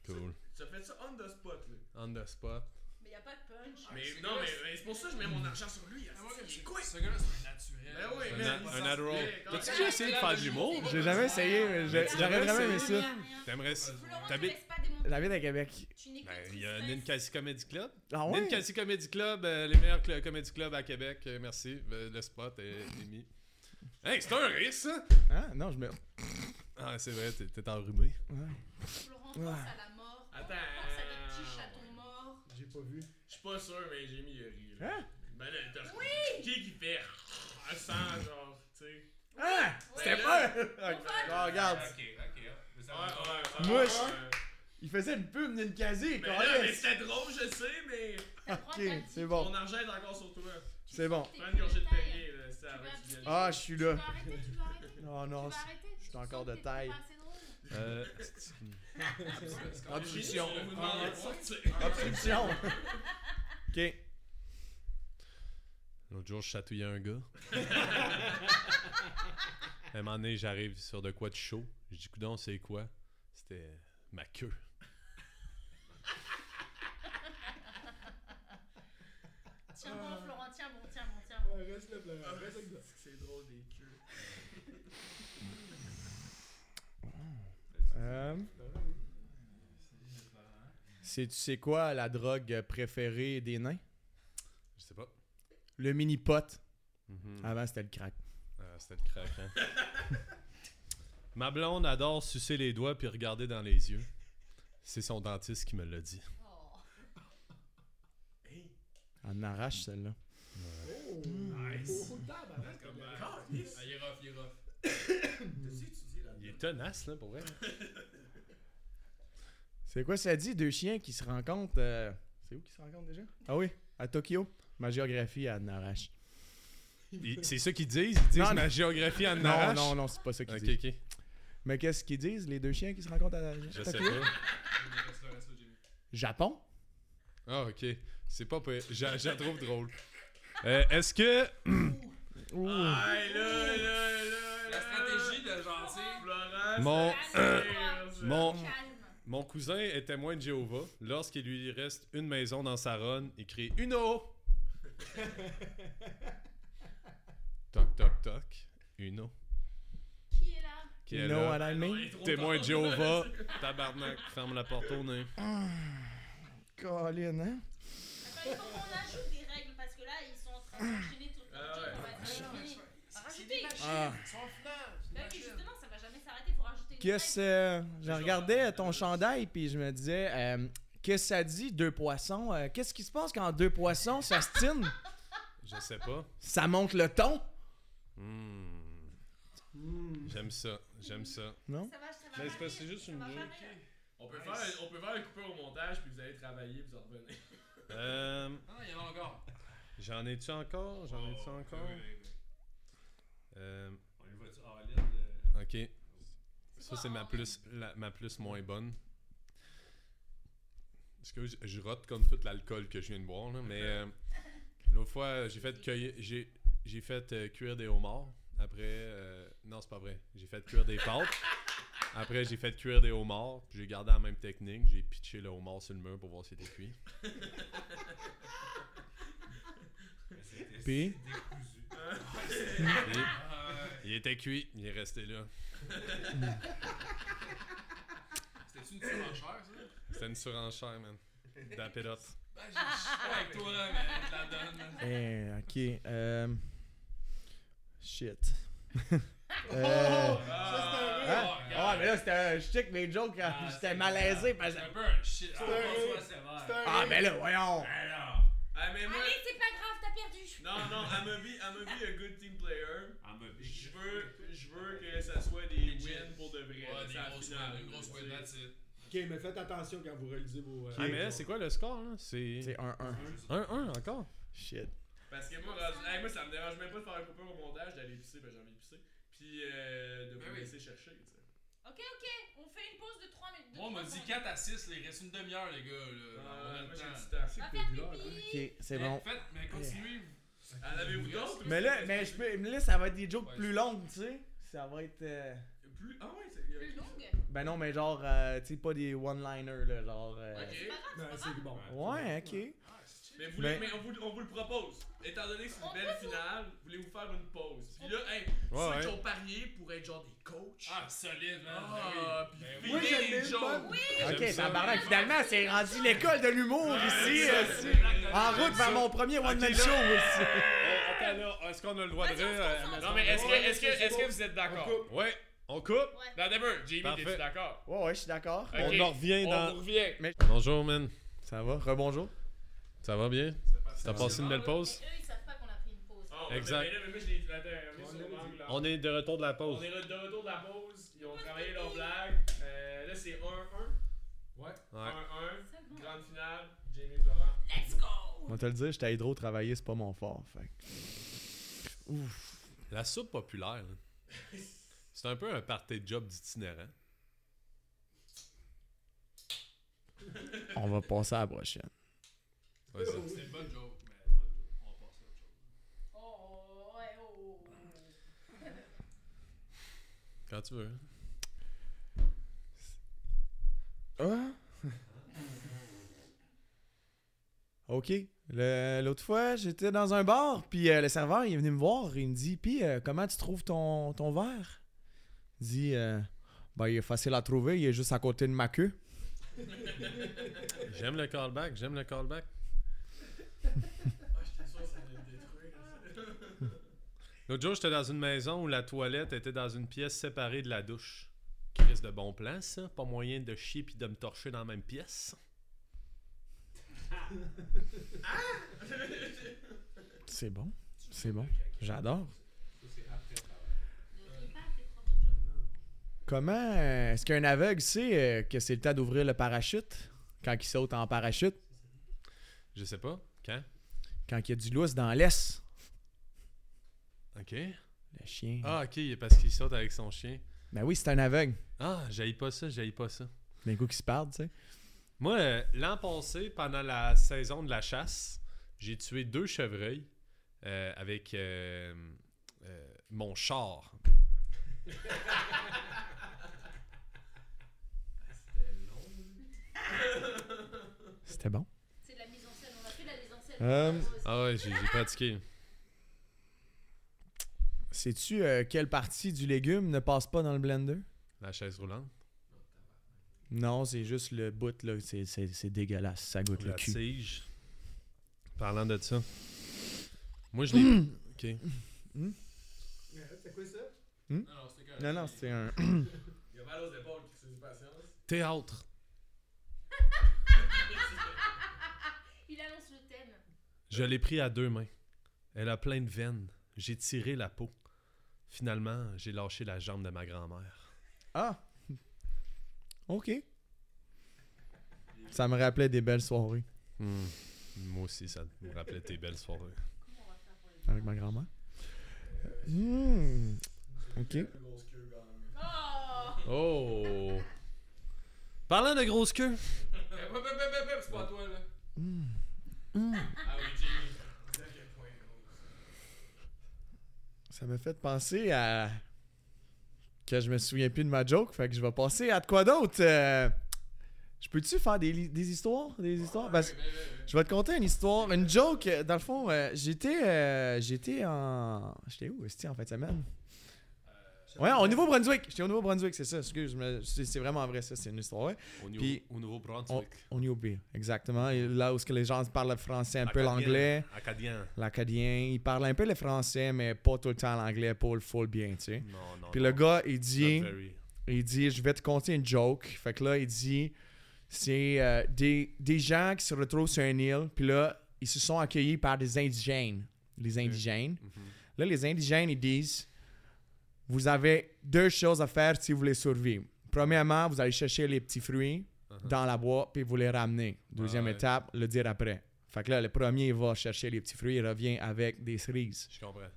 D: Cool.
L: Ça fait ça on the spot, là.
D: On the spot.
C: Mais y a pas de punch.
G: Ah,
L: Mais non, mais, mais c'est pour ça que je mets mon argent sur lui. C'est quoi?
O: Ah, Ce gars-là, c'est un naturel.
L: Ben oui,
D: Un,
L: mais.
D: a- un Adderall. T'as-tu déjà essayé de faire de l'humour?
G: J'ai jamais essayé, mais j'ai- j'aurais vraiment aimé ça.
D: T'aimerais. si-
C: Florent, ne
D: T'habites.
C: laisse pas démonter.
G: La ville à Québec.
C: Tu n'es
D: Ben,
C: que
D: il y a
C: tristesse.
D: Ninkasi Comedy Club.
G: Ah ouais?
D: Ninkasi Comedy Club, euh, les meilleurs cl- comedy clubs à Québec. Euh, merci. Euh, Le spot est, est mis. Hey, c'est un risque, ça!
G: Ah, non, je me...
D: Ah, c'est vrai, t'es- t'es enrhumé.
C: Florent pense à la mort. Pense
L: Attends. euh,
C: à des petits chatons morts.
B: J'ai pas vu.
L: Je suis pas sûr, mais j'ai mis Yuri, là.
G: Hein?
L: Ben là, t'as. Oui! Qui qui fait. Ah, Sans, genre, tu sais.
G: Ah! C'était pas... Ah, regarde.
O: Ok, ok. Mais ça
L: Ouais,
O: va.
L: ouais, ouais.
G: Moi,
L: ouais.
G: je- Il faisait une pub d'une casier,
L: Mais là, mais c'était drôle, je sais, mais.
G: Ok, c'est bon.
L: Mon argent est encore sur toi.
G: C'est bon.
L: Prends une gorgée de Perrier, là. C'est avant que tu viennes.
G: Ah, je suis là.
C: Tu vas arrêter, tu vas arrêter.
G: Oh non,
C: Tu vas arrêter. Je
G: suis encore de taille.
D: Euh,
G: c'est- obstruction.
L: Je vais vous demander de sortir.
G: Obstruction. OK.
D: L'autre jour, je chatouillais un gars. à un moment donné, j'arrive sur de quoi de chaud. Je dis, coudon, c'est quoi? C'était ma queue.
L: Ah.
C: Tiens bon, Florent, tiens bon, tiens bon, tiens bon.
B: Reste là, Florent. Reste avec
L: C'est drôle des queues.
G: C'est tu sais quoi la drogue préférée des nains?
L: Je sais pas.
G: Le mini pot.
L: Mhm.
G: Avant c'était le crack.
L: Ah, c'était le crack, hein. Ma blonde adore sucer les doigts puis regarder dans les yeux. C'est son dentiste qui me l'a dit.
G: On en arrache celle-là.
D: Ah, il est rough, il est rough.
L: Il est tenace, là, pour vrai.
G: C'est quoi ça dit? Deux chiens qui se rencontrent. euh, C'est où qu'ils se rencontrent déjà? Ah oui, à Tokyo. Ma géographie à Narache.
L: Il- C'est ça qu'ils disent. Ils disent
G: Non,
L: ma
G: mais-
L: géographie en
G: Non,
L: arrache.
G: non, non, c'est pas ça qu'ils
L: Ok,
G: disent.
L: ok.
G: Mais qu'est-ce qu'ils disent, les deux chiens qui se rencontrent à
L: Je sais
G: Tokyo?
L: pas.
D: Reste là, reste là, Jimmy.
G: Japon?
L: Ah, ok. C'est pas pire. Je je la trouve drôle. Euh, Est-ce que.
D: La stratégie de genre, tu sais,
L: Mon,
N: Calme.
L: mon,
N: Calme.
L: mon cousin est témoin de Jéhovah. Lorsqu'il lui reste une maison dans sa run, il crie Uno Toc, toc, toc. Uno.
N: Qui est là
L: Qui
G: you
L: est
G: know
L: là.
G: what I mean?
L: Témoin de Jéhovah. Tabarnak, ferme la porte au nez.
G: Colin, hein?
N: Attends, il faut qu'on ajoute des règles parce que là, ils sont en train d'enchaîner tout le temps.
L: Ah,
N: On va dire, fini. Rajoutez.
G: Ah.
N: Ben oui, justement, ça va jamais s'arrêter. Il faut rajouter une
G: Qu'est-ce
N: règle.
G: euh, Je regardais ton chandail puis je me disais, euh, qu'est-ce que ça dit, deux poissons? Euh, qu'est-ce qui se passe quand deux poissons s'astinent?
L: Je sais pas.
G: Ça monte le ton?
L: Hmm. J'aime ça. J'aime ça.
N: Ça va, ça va.
L: Mais c'est parce que c'est
N: varier,
L: juste
N: ça
L: une
N: va
L: joke.
N: varier.
A: On peut, faire, on peut faire une coupure au montage, puis vous allez travailler, puis vous en revenez.
L: Euh,
D: non, il y en a encore.
L: J'en ai-tu encore? J'en ai-tu encore? Euh,
A: On y va-tu en ligne?
L: ok. Ça, c'est ma plus, la- ma plus moins bonne. Excuse, je rote comme tout l'alcool que je viens de boire, là, mais euh, l'autre fois, j'ai fait, cueillir- j'ai, j'ai fait euh, cuire des homards. Après, euh, non, c'est pas vrai. J'ai fait cuire des pâtes. Après, j'ai fait cuire des homards. puis J'ai gardé la même technique. J'ai pitché le homard sur le mur pour voir s'il était cuit.
G: Puis,
L: Il- il était cuit. Il est resté là.
D: C'était-tu une surenchère, ça?
L: C'était une surenchère, man. De la pédote.
D: Ben, j'ai suis avec toi, là, mais je te la donne. là.
G: eh, ok. euh, shit. Euh, hein?
D: Oh,
G: Ah,
D: regarde.
G: mais là, c'était un chic, mes jokes, euh,
D: Ah,
G: j'étais
D: c'est-
G: malaisé. Parce... que-
D: C'est un peu un shit. Ah,
B: un-
D: bonsoir, c'est vrai.
G: Ah, mais là, voyons!
A: Alors! Ah, mais
D: Euh.
A: moi...
N: Allez, c'est pas grave, t'as perdu.
A: Non, non,
D: ah,
A: Amobi, Amobi, a good team player. Je veux, je veux que ça soit des wins pour de vrai.
D: Ouais, des
A: ça
D: grosses
A: finale,
D: wins, une grosse
A: tu
D: win,
A: sais.
D: that's it.
B: Ok, mais faites attention quand vous réalisez vos. euh,
L: Ah, mais là, c'est quoi le score, là? C'est
G: C'est 1-1.
L: 1-1 encore?
G: Shit.
A: Parce que moi, rendu- hey, moi, ça me dérange même pas de faire un coupure au montage, d'aller pisser, ben j'ai envie de pisser. Puis euh, de
D: Ben
A: vous
D: oui.
A: laisser chercher, tu sais.
N: Ok, ok. On fait une pause de 3 minutes. de
D: Moi, on m'a
N: trois
D: dit
N: secondes.
D: 4 à 6, là, il reste une demi-heure, les gars. Là. on a
A: Euh,
D: le
A: moi,
D: temps.
A: j'ai du temps.
N: Va faire pipi.
G: Ok, c'est
D: Mais
G: bon.
D: Faites, mais continuez.
A: En avez-vous Ah, d'autres?
G: Mais là, mais je peux, mais là, ça va être des jokes
D: Ouais,
G: plus
D: c'est-
G: longues, tu sais. Ça va être. euh,
A: Plus... Ah ouais, c'est...
N: Plus
A: ok.
N: longue.
G: Ben non, mais genre, euh, tu sais, pas des one-liners, là, genre. euh,
A: Ok.
B: Non, c'est bon.
G: Ouais, ok.
A: Mais, voulez-
G: Mais-
A: mais on, vous, on vous le propose. Étant donné que c'est une belle finale, voulez-vous faire une pause? Puis là, hey,
L: Ouais,
A: ceux
L: ouais.
A: qui ont parié pour être genre des coachs.
D: Ah, solide, man.
A: Ah, puis
D: Ben oui.
A: finir
B: Moi, j'aime
A: les
B: les
A: jokes.
B: bonnes.
G: Ok,
L: ça.
G: tabarnak, finalement, c'est rendu l'école de l'humour ici. euh, En route vers mon premier one-man show aussi.
L: Attends, là, est-ce qu'on a le droit de
N: Vas-y, on se
L: rire?
N: concentre,
L: euh,
N: on se
A: Non, mais est-ce que, est-ce que, est-ce que vous êtes d'accord?
B: On
L: Ouais, on coupe.
N: Ouais.
A: Non, d'abord, Jamie,
L: Parfait.
A: t'es-tu d'accord?
G: Ouais, ouais, je suis d'accord.
A: Ok.
L: On en revient
A: On
L: dans...
A: vous revient.
L: Bonjour, man.
G: Ça va, rebonjour.
L: Ça va bien? T'as passé une belle pause?
N: Mais eux, ils savent pas qu'on a pris une pause.
A: Oh,
L: Exact.
A: Mais, mais là, mais moi, je l'ai attends, mais sur l'angle, là.
L: On est de retour de la
A: On
L: pause.
A: est re- de retour de la pause. Ils ont
N: Pause
A: travaillé
N: pipi.
A: leur blague. Euh, là, c'est 1-1.
L: Ouais.
A: 1-1.
N: C'est bon.
A: Grande finale. Jamie Florent.
N: Let's go.
G: On va te le dire, j'étais hydro travailler, c'est pas mon fort. Fait.
L: La soupe populaire, là, c'est un peu un party job d'itinérant.
G: que On va passer à la prochaine.
L: Ouais, ça.
D: C'est une bonne joke, mais on va passer à autre chose.
N: Oh, ouais, oh.
L: Quand tu veux. hein.
G: Hein? OK. Le- L'autre fois, j'étais dans un bar, puis euh, le serveur, il est venu me voir, il me dit, « Puis, euh, comment tu trouves ton, ton verre? » Il dit, euh, Ben, il est facile à trouver, il est juste à côté de ma queue.
L: J'aime le callback, j'aime le callback. L'autre jour, j'étais dans une maison où la toilette était dans une pièce séparée de la douche. Crise de bon plan, ça. Pas moyen de chier puis de me torcher dans la même pièce.
G: C'est bon. C'est bon. J'adore. Comment euh, est-ce qu'un aveugle sait euh, que c'est le temps d'ouvrir le parachute quand il saute en parachute,
L: Je sais pas. Quand?
G: quand il y a du lousse dans l'ess?
L: OK.
G: Le chien.
L: Ah, OK, parce qu'il saute avec son chien.
G: Ben oui, c'est un aveugle.
L: Ah, j'aille pas ça, j'aille pas ça.
G: D'un coup qui se parle, tu sais.
L: Moi, euh, l'an passé, pendant la saison de la chasse, j'ai tué deux chevreuils euh, avec euh, euh, mon char.
G: C'était bon.
N: C'est de la mise en scène. On a fait de la mise en scène.
G: Euh,
L: Ah ouais, j'ai j'ai pratiqué.
G: Sais-tu euh, quelle partie du légume ne passe pas dans le blender?
L: La chaise roulante.
G: Non, c'est juste le bout, là. C'est- C'est c'est dégueulasse. Ça goûte le
L: La
G: cul.
L: tige. Parlant de ça. Moi, je l'ai. OK.
F: C'est quoi ça?
G: Hum. Non, non, c'est un.
E: Il y a mal aux épaules qui fait du patience.
L: Théâtre.
N: Il annonce le thème.
L: Je l'ai pris à deux mains. Elle a plein de veines. J'ai tiré la peau. Finalement, j'ai lâché la jambe de ma grand-mère.
G: Ah! OK. Ça me rappelait des belles soirées Hum.
L: Hmm. Moi aussi, ça me rappelait tes belles soirées.
G: avec ma grand-mère. Euh, Hmm. OK.
N: Oh
L: Oh! Parlant de grosse queue.
D: c'est pas toi, là.
G: Ça m'a fait penser à. que je me souviens plus de ma joke, fait que je vais passer à de quoi d'autre. Euh, Je peux-tu faire des, li- des histoires Des histoires Parce que je vais te conter une histoire, une joke. euh, Dans le fond, euh, j'étais euh, j'étais en. J'étais où C'était en fin de semaine Ouais, au Nouveau-Brunswick. J'étais au Nouveau-Brunswick, c'est ça. Excuse, mais c'est c'est vraiment vrai, ça. C'est une histoire. ouais.
L: Au, New-
G: Puis-
L: au
G: On,
L: Nouveau-Brunswick.
G: on y oublie, exactement. Et là où ce que les gens parlent le français, un peu l'anglais.
L: Acadien.
G: l'acadien. Il parle un peu le français, mais pas tout le temps l'anglais pour le full bien, tu sais.
L: Non, non.
G: Puis
L: non.
G: le gars, il dit,
L: Not very.
G: il dit, je vais te conter une joke. Fait que là, il dit, c'est euh, des, des gens qui se retrouvent sur une île, puis là, ils se sont accueillis par des indigènes. Les indigènes.
L: Mhm.
G: Là, les indigènes, ils disent, vous avez deux choses à faire si vous voulez survivre. Premièrement, vous allez chercher les petits fruits
L: Uh-huh.
G: dans la boîte, puis vous les ramenez. Deuxième
L: Ouais.
G: étape, le dire après. Fait que là, le premier il va chercher les petits fruits, il revient avec des cerises.
L: Je comprends.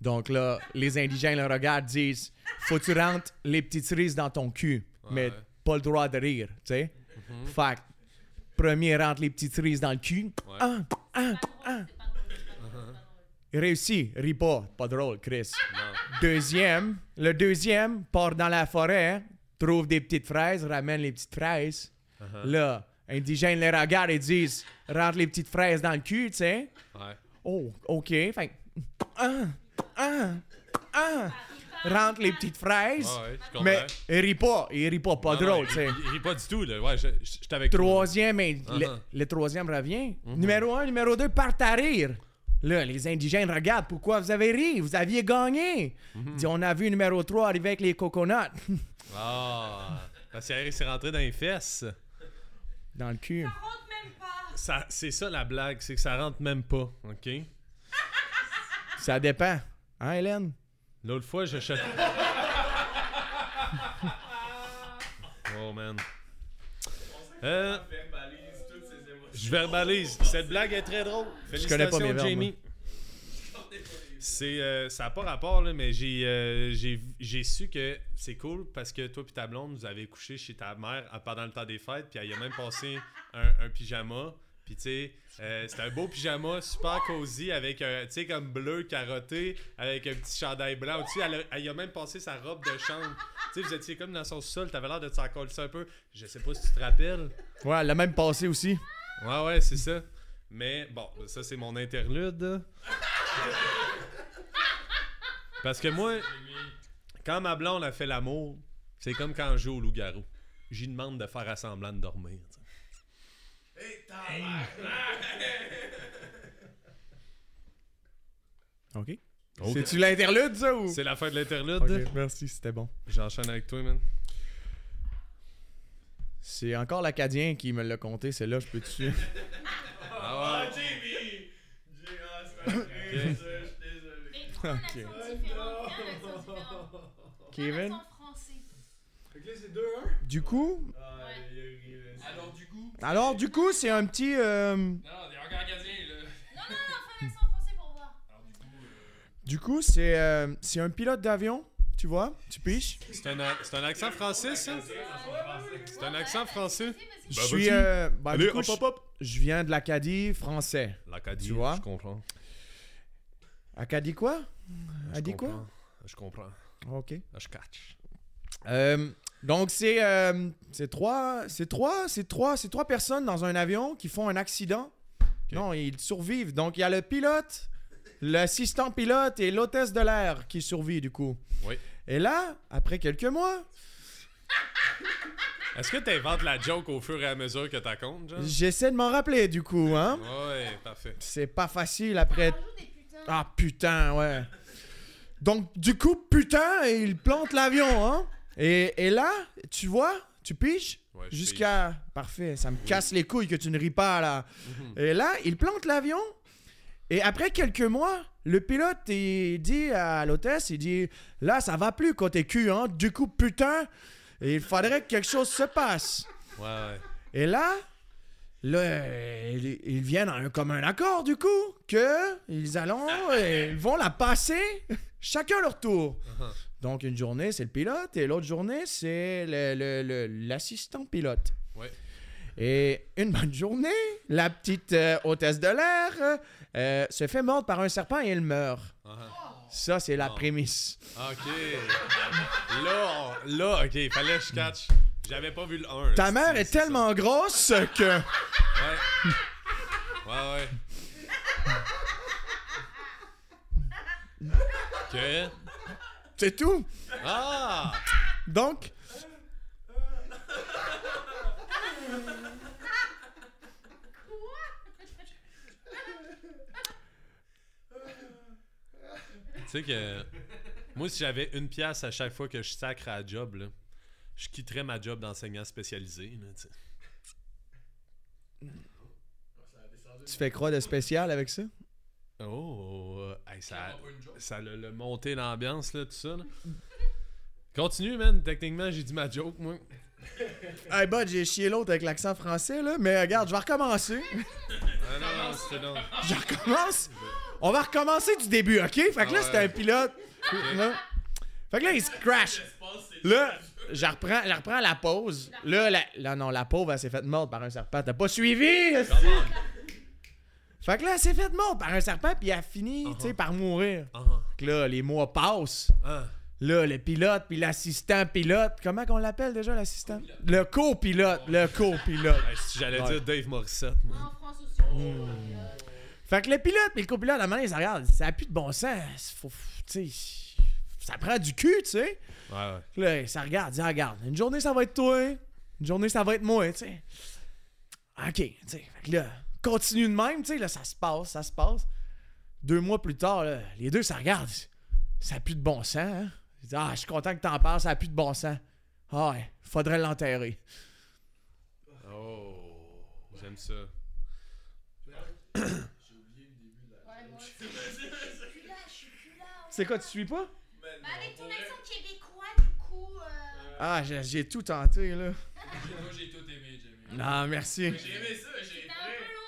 G: Donc là, les indigènes le regardent, disent Faut que tu rentres les petites cerises dans ton cul, mais
L: Ouais.
G: pas le droit de rire, tu sais.
L: Hmm.
G: Fait que, premier rentre les petites cerises dans le cul,
L: Ouais.
G: ah, ah,
N: C'est pas drôle, c'est pas drôle, c'est pas drôle.
G: réussi, ris pas, pas drôle, Chris.
L: Non.
G: Deuxième, le deuxième part dans la forêt, trouve des petites fraises, ramène les petites fraises.
L: Uh-huh.
G: Là, indigènes les regardent et disent Rentre les petites fraises dans le cul, tu sais.
L: Ouais.
G: Oh, OK. Fait que, ah, ah, ah, rentre les petites fraises.
L: Ah Ouais, ouais, je comprends.
G: Mais il rit pas, il rit pas, pas
L: Non, non,
G: drôle,
L: il-
G: tu sais.
L: Il, il rit pas du tout, là. Ouais, je, je, je t'avais
G: Troisième, et le,
L: Uh-huh.
G: le troisième revient. Numéro un, numéro deux, part à rire. Là, les indigènes regardent pourquoi vous avez ri, vous aviez gagné.
L: Mm-hmm.
G: Dit, on a vu numéro 3 arriver avec les coconuts
L: Ah! Parce qu'Eric s'est rentré dans les fesses.
G: dans le cul.
N: Rentre même pas
L: Ça, c'est ça la blague, c'est que ça rentre même pas, ok?
G: Ça dépend. Hein, Hélène?
L: L'autre fois, je cherchais. oh man. Euh,
E: Verbalise toutes ses émotions.
L: je verbalise. Cette blague est très drôle.
G: connais pas
L: Félicitations,
G: mes verbes,
L: Jamie. C'est, euh, ça n'a pas rapport, là, mais j'ai, euh, j'ai, j'ai su que c'est cool parce que toi et ta blonde, vous avez couché chez ta mère à- pendant le temps des fêtes, puis elle y a même passé un, un pyjama. Puis, tu sais, euh, c'était un beau pyjama super cosy avec un, tu sais, comme bleu carotté, avec un petit chandail blanc. Tu sais, elle, a- elle y a même passé sa robe de chambre. Tu sais, vous étiez comme dans son sol, t'avais l'air de t'en coller ça un peu. Je sais pas si tu te rappelles.
G: Ouais, le même passé aussi.
L: Ouais, ouais, c'est ça. Mais bon, ça, c'est mon interlude. Parce que moi, quand ma blonde a fait l'amour, c'est comme quand je joue au loup-garou. j'y demande de faire à semblant de dormir. tu sais.
G: OK.
L: Ok.
G: C'est-tu l'interlude, ça, ou?
L: C'est la fin de l'interlude.
G: Ok, merci, c'était bon.
L: J'enchaîne avec toi, man.
G: C'est encore l'Acadien qui me l'a compté, c'est là, je peux-tu...
L: Ah ouais.
N: Mais prends
G: Ok.
N: un accent différent. Prends un accent différent. Prends
G: Kevin?
N: Un accent français.
G: Du coup...
N: Ouais.
D: Alors, du coup.
G: Alors, du coup, c'est un petit... euh,
D: Non, non, des regards acadiens, là.
N: Non, non, non, fais un accent français pour voir.
D: Alors, du coup.
G: Du coup, c'est euh, c'est un pilote d'avion, tu vois, tu piches.
L: C'est un, a- c'est un accent français, ça? C'est un accent français?
N: Eh,
G: Je
L: Bah,
G: suis...
L: vas-y.
G: euh, bah,
L: Allez,
G: du coup,
L: hop,
G: je-
L: hop, hop!
G: Je viens de l'Acadie français.
L: L'Acadie,
G: Tu vois?
L: je comprends.
G: Acadie quoi?
L: Je
G: Acadie quoi?
L: comprends. Je comprends.
G: Ok.
L: Je catch.
G: Euh, donc c'est euh, c'est trois c'est trois c'est trois c'est trois personnes dans un avion qui font un accident. Non, ils survivent. Donc il y a le pilote, l'assistant pilote et l'hôtesse de l'air qui survit du coup.
L: Oui.
G: Et là, après quelques mois,
L: Est-ce que t'inventes la joke au fur et à mesure que t'as compte, genre?
G: j'essaie de m'en rappeler du coup, hein.
L: Ouais, parfait.
G: C'est pas facile après.
N: Rajoute des putains.
G: Ah putain, ouais. Donc du coup, putain, et il plante l'avion, hein. Et, et là, tu vois, tu piges.
L: Ouais, je
G: Jusqu'à. Parfait, ça me casse les couilles que tu ne ris pas, là.
L: Mhm.
G: Et là, il plante l'avion. Et après quelques mois, le pilote, il dit à l'hôtesse, il dit Là, ça va plus côté cul, hein. Du coup, putain, il faudrait que quelque chose se passe.
L: paye. Ouais, ouais.
G: Et là, là, euh, ils, ils viennent à un commun accord, du coup, que ils allons, euh, ils vont la passer chacun leur tour. Donc, une journée, c'est le pilote, et l'autre journée, c'est le- le- le- l'assistant pilote.
L: Ouais.
G: Et une bonne journée, la petite euh, hôtesse de l'air euh, euh, se fait mordre par un serpent et elle meurt.
L: Ah,
G: Ça, c'est la
L: Oh.
G: prémisse.
L: Ok. Là, on- là, ok, fallait que je catch. J'avais pas vu le 1.
G: Ta mère est tellement grosse que...
L: Ouais. Ouais, ouais. Que?
G: C'est tout.
L: Ah!
G: Donc...
L: Tu sais que. Moi, si j'avais une pièce à chaque fois que je sacre à la job, là, je quitterais ma job d'enseignant spécialisé. Là, tu sais.
G: Tu fais quoi de spécial avec ça?
L: oh, euh, hey, ça,
D: Clairement pas une joke.
L: ça l'a l'a monté l'ambiance, là, tout ça. là. Continue, man. Techniquement, j'ai dit ma joke, moi.
G: Hey bud, j'ai chié l'autre avec l'accent français là, mais regarde, je vais recommencer.
L: Ah non, c'était non.
G: Je recommence. On va recommencer du début, ok? Fait que là,
L: Ah ouais.
G: c'était un pilote. Là. Fait que là, il se crash. Là, je reprends, je reprends la pause. Là, la- là, non, la pauvre, elle s'est faite mordre par un serpent. T'as pas suivi, esti? Fait que là, elle s'est faite mordre par un serpent, puis elle a fini, tu
L: Uh-huh.
G: sais, par mourir.
L: Ah,
G: Fait que là, les mois passent.
L: ah.
G: Là, le pilote, puis l'assistant pilote. Comment qu'on l'appelle déjà, l'assistant? Le copilote. Le copilote.
L: Hey, si J'allais
G: Ouais.
L: dire Dave Morissette, moi.
N: En France aussi.
G: Fait que le pilote et le copilote, à un moment, ils se regardent. Ça a plus de bon sens. Faut, tu sais, ça prend du cul, tu sais.
L: Ouais, ouais.
G: Là, ça regarde, ça regarde. Une journée, ça va être toi. Une journée, ça va être moi, tu sais. OK, tu sais. Fait que là, continue de même, tu sais. Là, ça se passe, ça se passe. Deux mois plus tard, là, les deux, ça regarde. Ça a plus de bon sens, hein. Ils disent, Ah, je suis content que t'en parles, ça a plus de bon sens. Ah, ouais, faudrait l'enterrer.
L: Oh, j'aime ça.
N: Ouais, moi aussi. Je suis là, je suis plus là.
G: C'est quoi, tu suis pas?
N: Bah, avec ton accent québécois, du coup. Euh...
G: Ah, j'ai j'ai tout tenté, là.
D: Moi, j'ai tout aimé, Jamie.
G: Non, merci.
D: J'ai aimé ça, j'ai.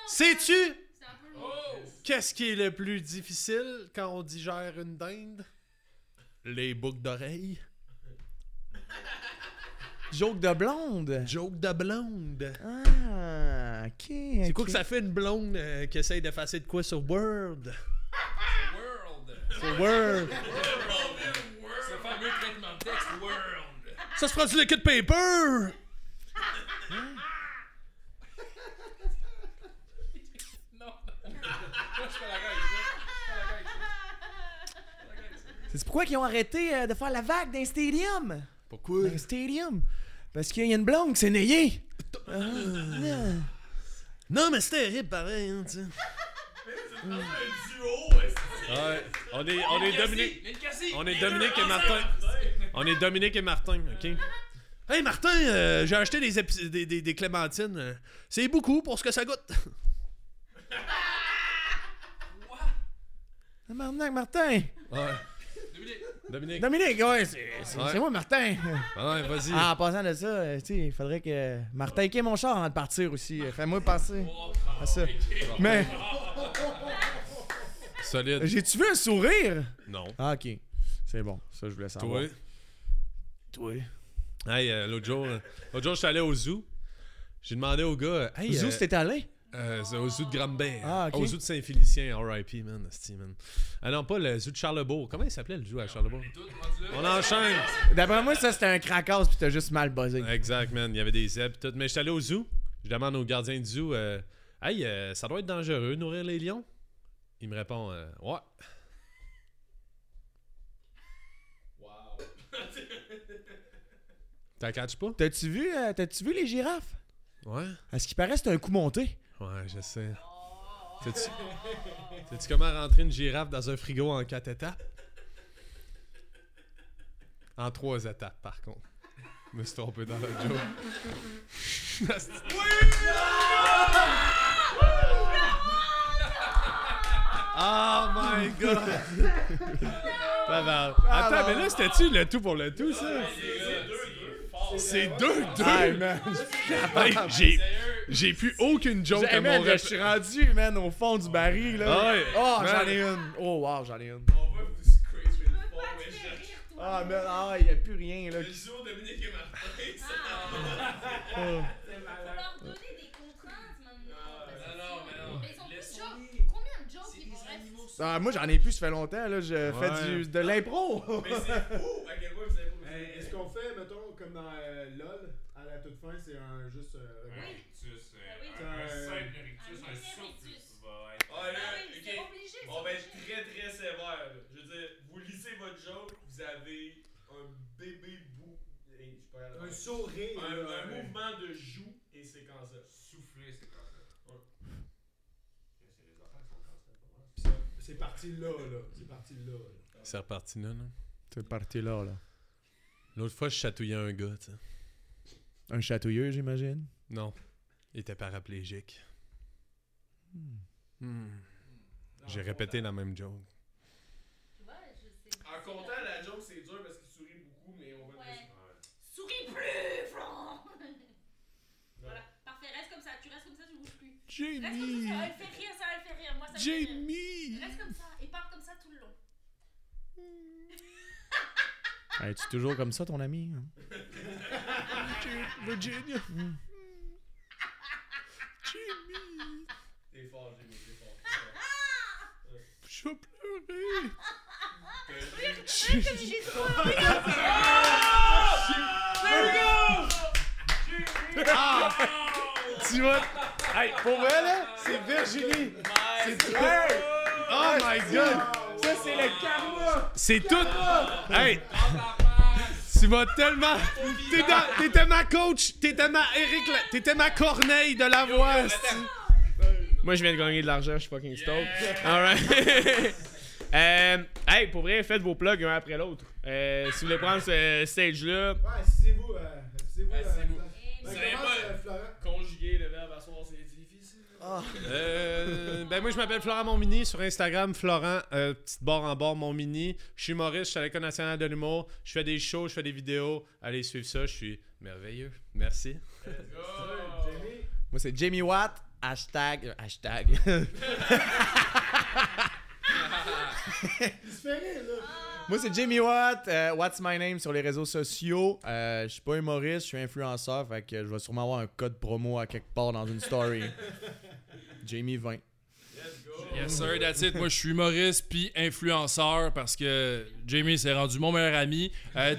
N: C'est un peu long.
L: Sais-tu
N: C'est un peu long.
D: Oh!
L: qu'est-ce qui est le plus difficile quand on digère une dinde? Les boucles d'oreilles.
G: Joke de blonde.
L: Joke de blonde.
G: Ah, ok.
L: C'est quoi que ça fait une blonde euh, qui essaye d'effacer de quoi sur Word?
D: World!
L: Sur Word.
D: Ce fameux traitement de texte, World!
L: Ça se prend du liquid paper!
D: Non! Moi, je suis pas d'accord avec ça.
G: C'est pourquoi ils ont arrêté euh, de faire la vague d'un stadium.
L: Pourquoi?
G: D'un stadium. Parce qu'il y a une blonde qui s'est nayée. Ah.
L: Non, mais c'est terrible pareil, hein, tu sais.
E: Ouais. On est, on est Dominique. On est Dominique et Martin. On est Dominique et Martin, ok?
L: Hey Martin, euh, j'ai acheté des, épi- des, des- des clémentines. euh, C'est beaucoup pour ce que ça goûte.
G: Tabarnak, Martin.
L: Ouais. Dominique.
G: Dominique, ouais, c'est c'est-
L: Ouais.
G: c'est moi, Martin.
L: Ouais, vas-y.
G: Ah, en passant de ça, euh, tu sais, il faudrait que Martin ait mon char avant de partir aussi. Euh, Fais-moi passer à ça. Mais
L: Solide.
G: j'ai-tu vu un sourire?
L: Non.
G: Ah, ok. C'est bon, ça, je voulais savoir.
L: Toi.
G: Toi.
L: Hey, euh, l'autre jour, euh, l'autre jour, je suis allé au zoo. J'ai demandé au gars, euh, hey,
G: Zou,
L: euh,
G: c'était allé?
L: euh, c'est au zoo de Grambert.
G: Ah, ok.
L: Au zoo de Saint-Félicien, RIP, man, esti, man. Ah non, pas le zoo de Charlebourg. Comment il s'appelait le zoo à Charlebourg? On enchaîne.
G: D'après moi, ça, c'était un cracasse, puis t'as juste mal buzzé.
L: Exact, man. Il y avait des zèbres et tout. Mais je suis allé au zoo. Je demande au gardien du zoo euh, Hey, euh, ça doit être dangereux nourrir les lions Il me répond euh, Ouais. T'as catch pas
G: T'as-tu vu, euh, t'as-tu vu les girafes?
L: Ouais.
G: À ce qui paraît, c'est un coup monté.
L: Ouais, je sais. Sais-tu sais-tu Oh. comment rentrer une girafe dans un frigo en quatre étapes En trois étapes, par contre. Je me suis trompé dans le joke. Oh my god! Pas mal. Attends, mais là, c'était-tu le tout pour le tout, ça? C'est deux, deux!
G: Hey, Ah, man.
L: Hey, j'ai, j'ai plus aucune joke
G: Hey,
L: à
G: man,
L: mon
G: je
L: rep-
G: suis rendu, man, au fond du baril, là.
L: Ah ouais.
G: Oh,
L: Man.
G: j'en ai une. Oh, wow, j'en ai une.
N: Tu fais rire, toi.
G: Ah, man, ah, il n'y a plus rien, là. qui-
L: Ah.
N: Faut leur donner des contraintes maintenant. parce que
D: Ah, non, mais
N: sinon,
D: non.
N: mais Ils ont plus de jokes. Combien de jokes ils vont rester
G: Ah, moi, j'en ai plus, ça fait longtemps, là. Je fais
L: Ouais.
G: du, de l'impro.
B: Hey, Est-ce qu'on fait, mettons, comme dans euh, LOL, à la toute fin, c'est un juste. euh,
N: Ah
B: un- un simple
N: rictus, un souffle,
A: Ah
D: Ah,
N: Ah, oui, c'est obligé. c'est
A: On va être
N: obligé.
A: ben, très très sévère. là. Je veux dire, vous lisez votre joke, vous avez un bébé bout. Hey, je suis pas capable de-
B: un sourire.
A: Un, un
B: là, ouais.
A: mouvement de joue et c'est quand ça. Souffler, c'est quand ça.
B: Ça, C'est parti là, là. C'est parti là. là.
L: C'est reparti là, là.
G: C'est parti là, là.
L: L'autre fois, je chatouillais un gars, tu sais.
G: Un chatouilleux, j'imagine.
L: Non. Il était paraplégique. Hmm. J'ai répété la même joke.
N: Tu vois, je sais.
A: En comptant, la joke, c'est dur parce qu'il sourit beaucoup, mais on va
N: Ouais.
A: laisser.
N: Souris plus, Franck! Voilà, parfait, reste comme ça, tu restes comme ça, tu bouges plus. Reste comme ça, ça va le faire rire, ça va le faire rire, moi ça me fait rire.
L: Jamie!
N: Reste comme ça et parle comme ça tout le long.
G: Hey, tu es toujours comme ça, ton ami?
L: Virginia!
A: T'es fort, Jimmy, t'es fort.
L: Je vais pleurer!
G: tu vois? Hey, pour vrai, là, c'est Virginie. C'est Hey!
L: Oh my god!
G: Ça, c'est le karma.
L: C'est tout!
A: Ah!
L: Hey! Tu vas tellement. T'es dans- T'étais ma coach! T'étais ma Eric. La- T'étais ma corneille de la voix! esti.
A: Moi, je viens de gagner de l'argent, je suis fucking stoked. Alright. Euh, hey, pour vrai, faites vos plugs un après l'autre. Euh, si vous voulez prendre ce stage-là,
B: Ouais, c'est vous. euh, c'est vous. euh,
A: Asseyez-vous.
B: Ben, commence, euh, Florent.
A: conjuguer le verbe asseoir, c'est difficile.
L: Euh, ben moi je m'appelle Florent Montmini sur Instagram, Florent, euh, petite barre en barre Montmini. Je suis humoriste, je suis à l'École nationale de l'humour, je fais des shows, je fais des vidéos. Allez suivre ça, je suis merveilleux. Merci.
G: Moi, c'est Jamie Watt. Hashtag. euh, hashtag.
B: Il se fait rire, là.
G: Moi, c'est Jamie Watt. euh, What's my name sur les réseaux sociaux. Euh, je suis pas humoriste, je suis influenceur. Fait que je vais sûrement avoir un code promo à quelque part dans une story. Jamie 20.
D: Yes sir, that's it. Moi, je suis humoriste puis influenceur parce que Jamie s'est rendu mon meilleur ami. Euh,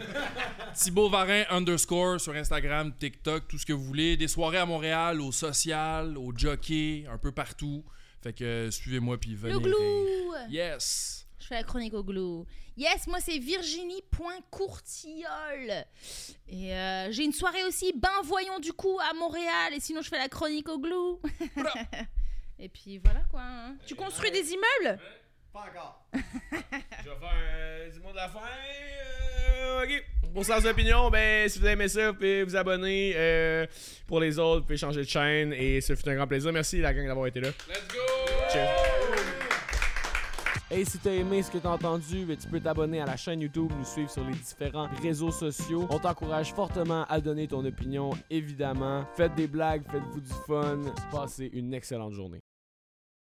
D: Thibaut Varin underscore sur Instagram, TikTok, tout ce que vous voulez. Des soirées à Montréal, au social, au jockey, un peu partout. Fait que euh, suivez-moi puis venez.
C: Le glou
D: Yes.
C: Je fais la chronique au glou. Yes, moi c'est Virginie.courtillol. Et euh, j'ai une soirée aussi, ben voyons du coup, à Montréal. Et sinon, je fais la chronique au glou. et puis voilà quoi. hein. Tu construis des immeubles
G: Pas encore.
A: Je vais faire euh, du monde de la fin. euh, ok. Pour Sans Opinion, ben, si vous aimez ça, vous pouvez vous abonner. euh, pour les autres, vous pouvez changer de chaîne. Et ce fut un grand plaisir. Merci la gang d'avoir été là.
D: Let's go!
A: Cheers. Hey, si t'as aimé ce que t'as entendu, ben, tu peux t'abonner à la chaîne YouTube, nous suivre sur les différents réseaux sociaux. On t'encourage fortement à donner ton opinion, évidemment. Faites des blagues, faites-vous du fun. Passez une excellente journée.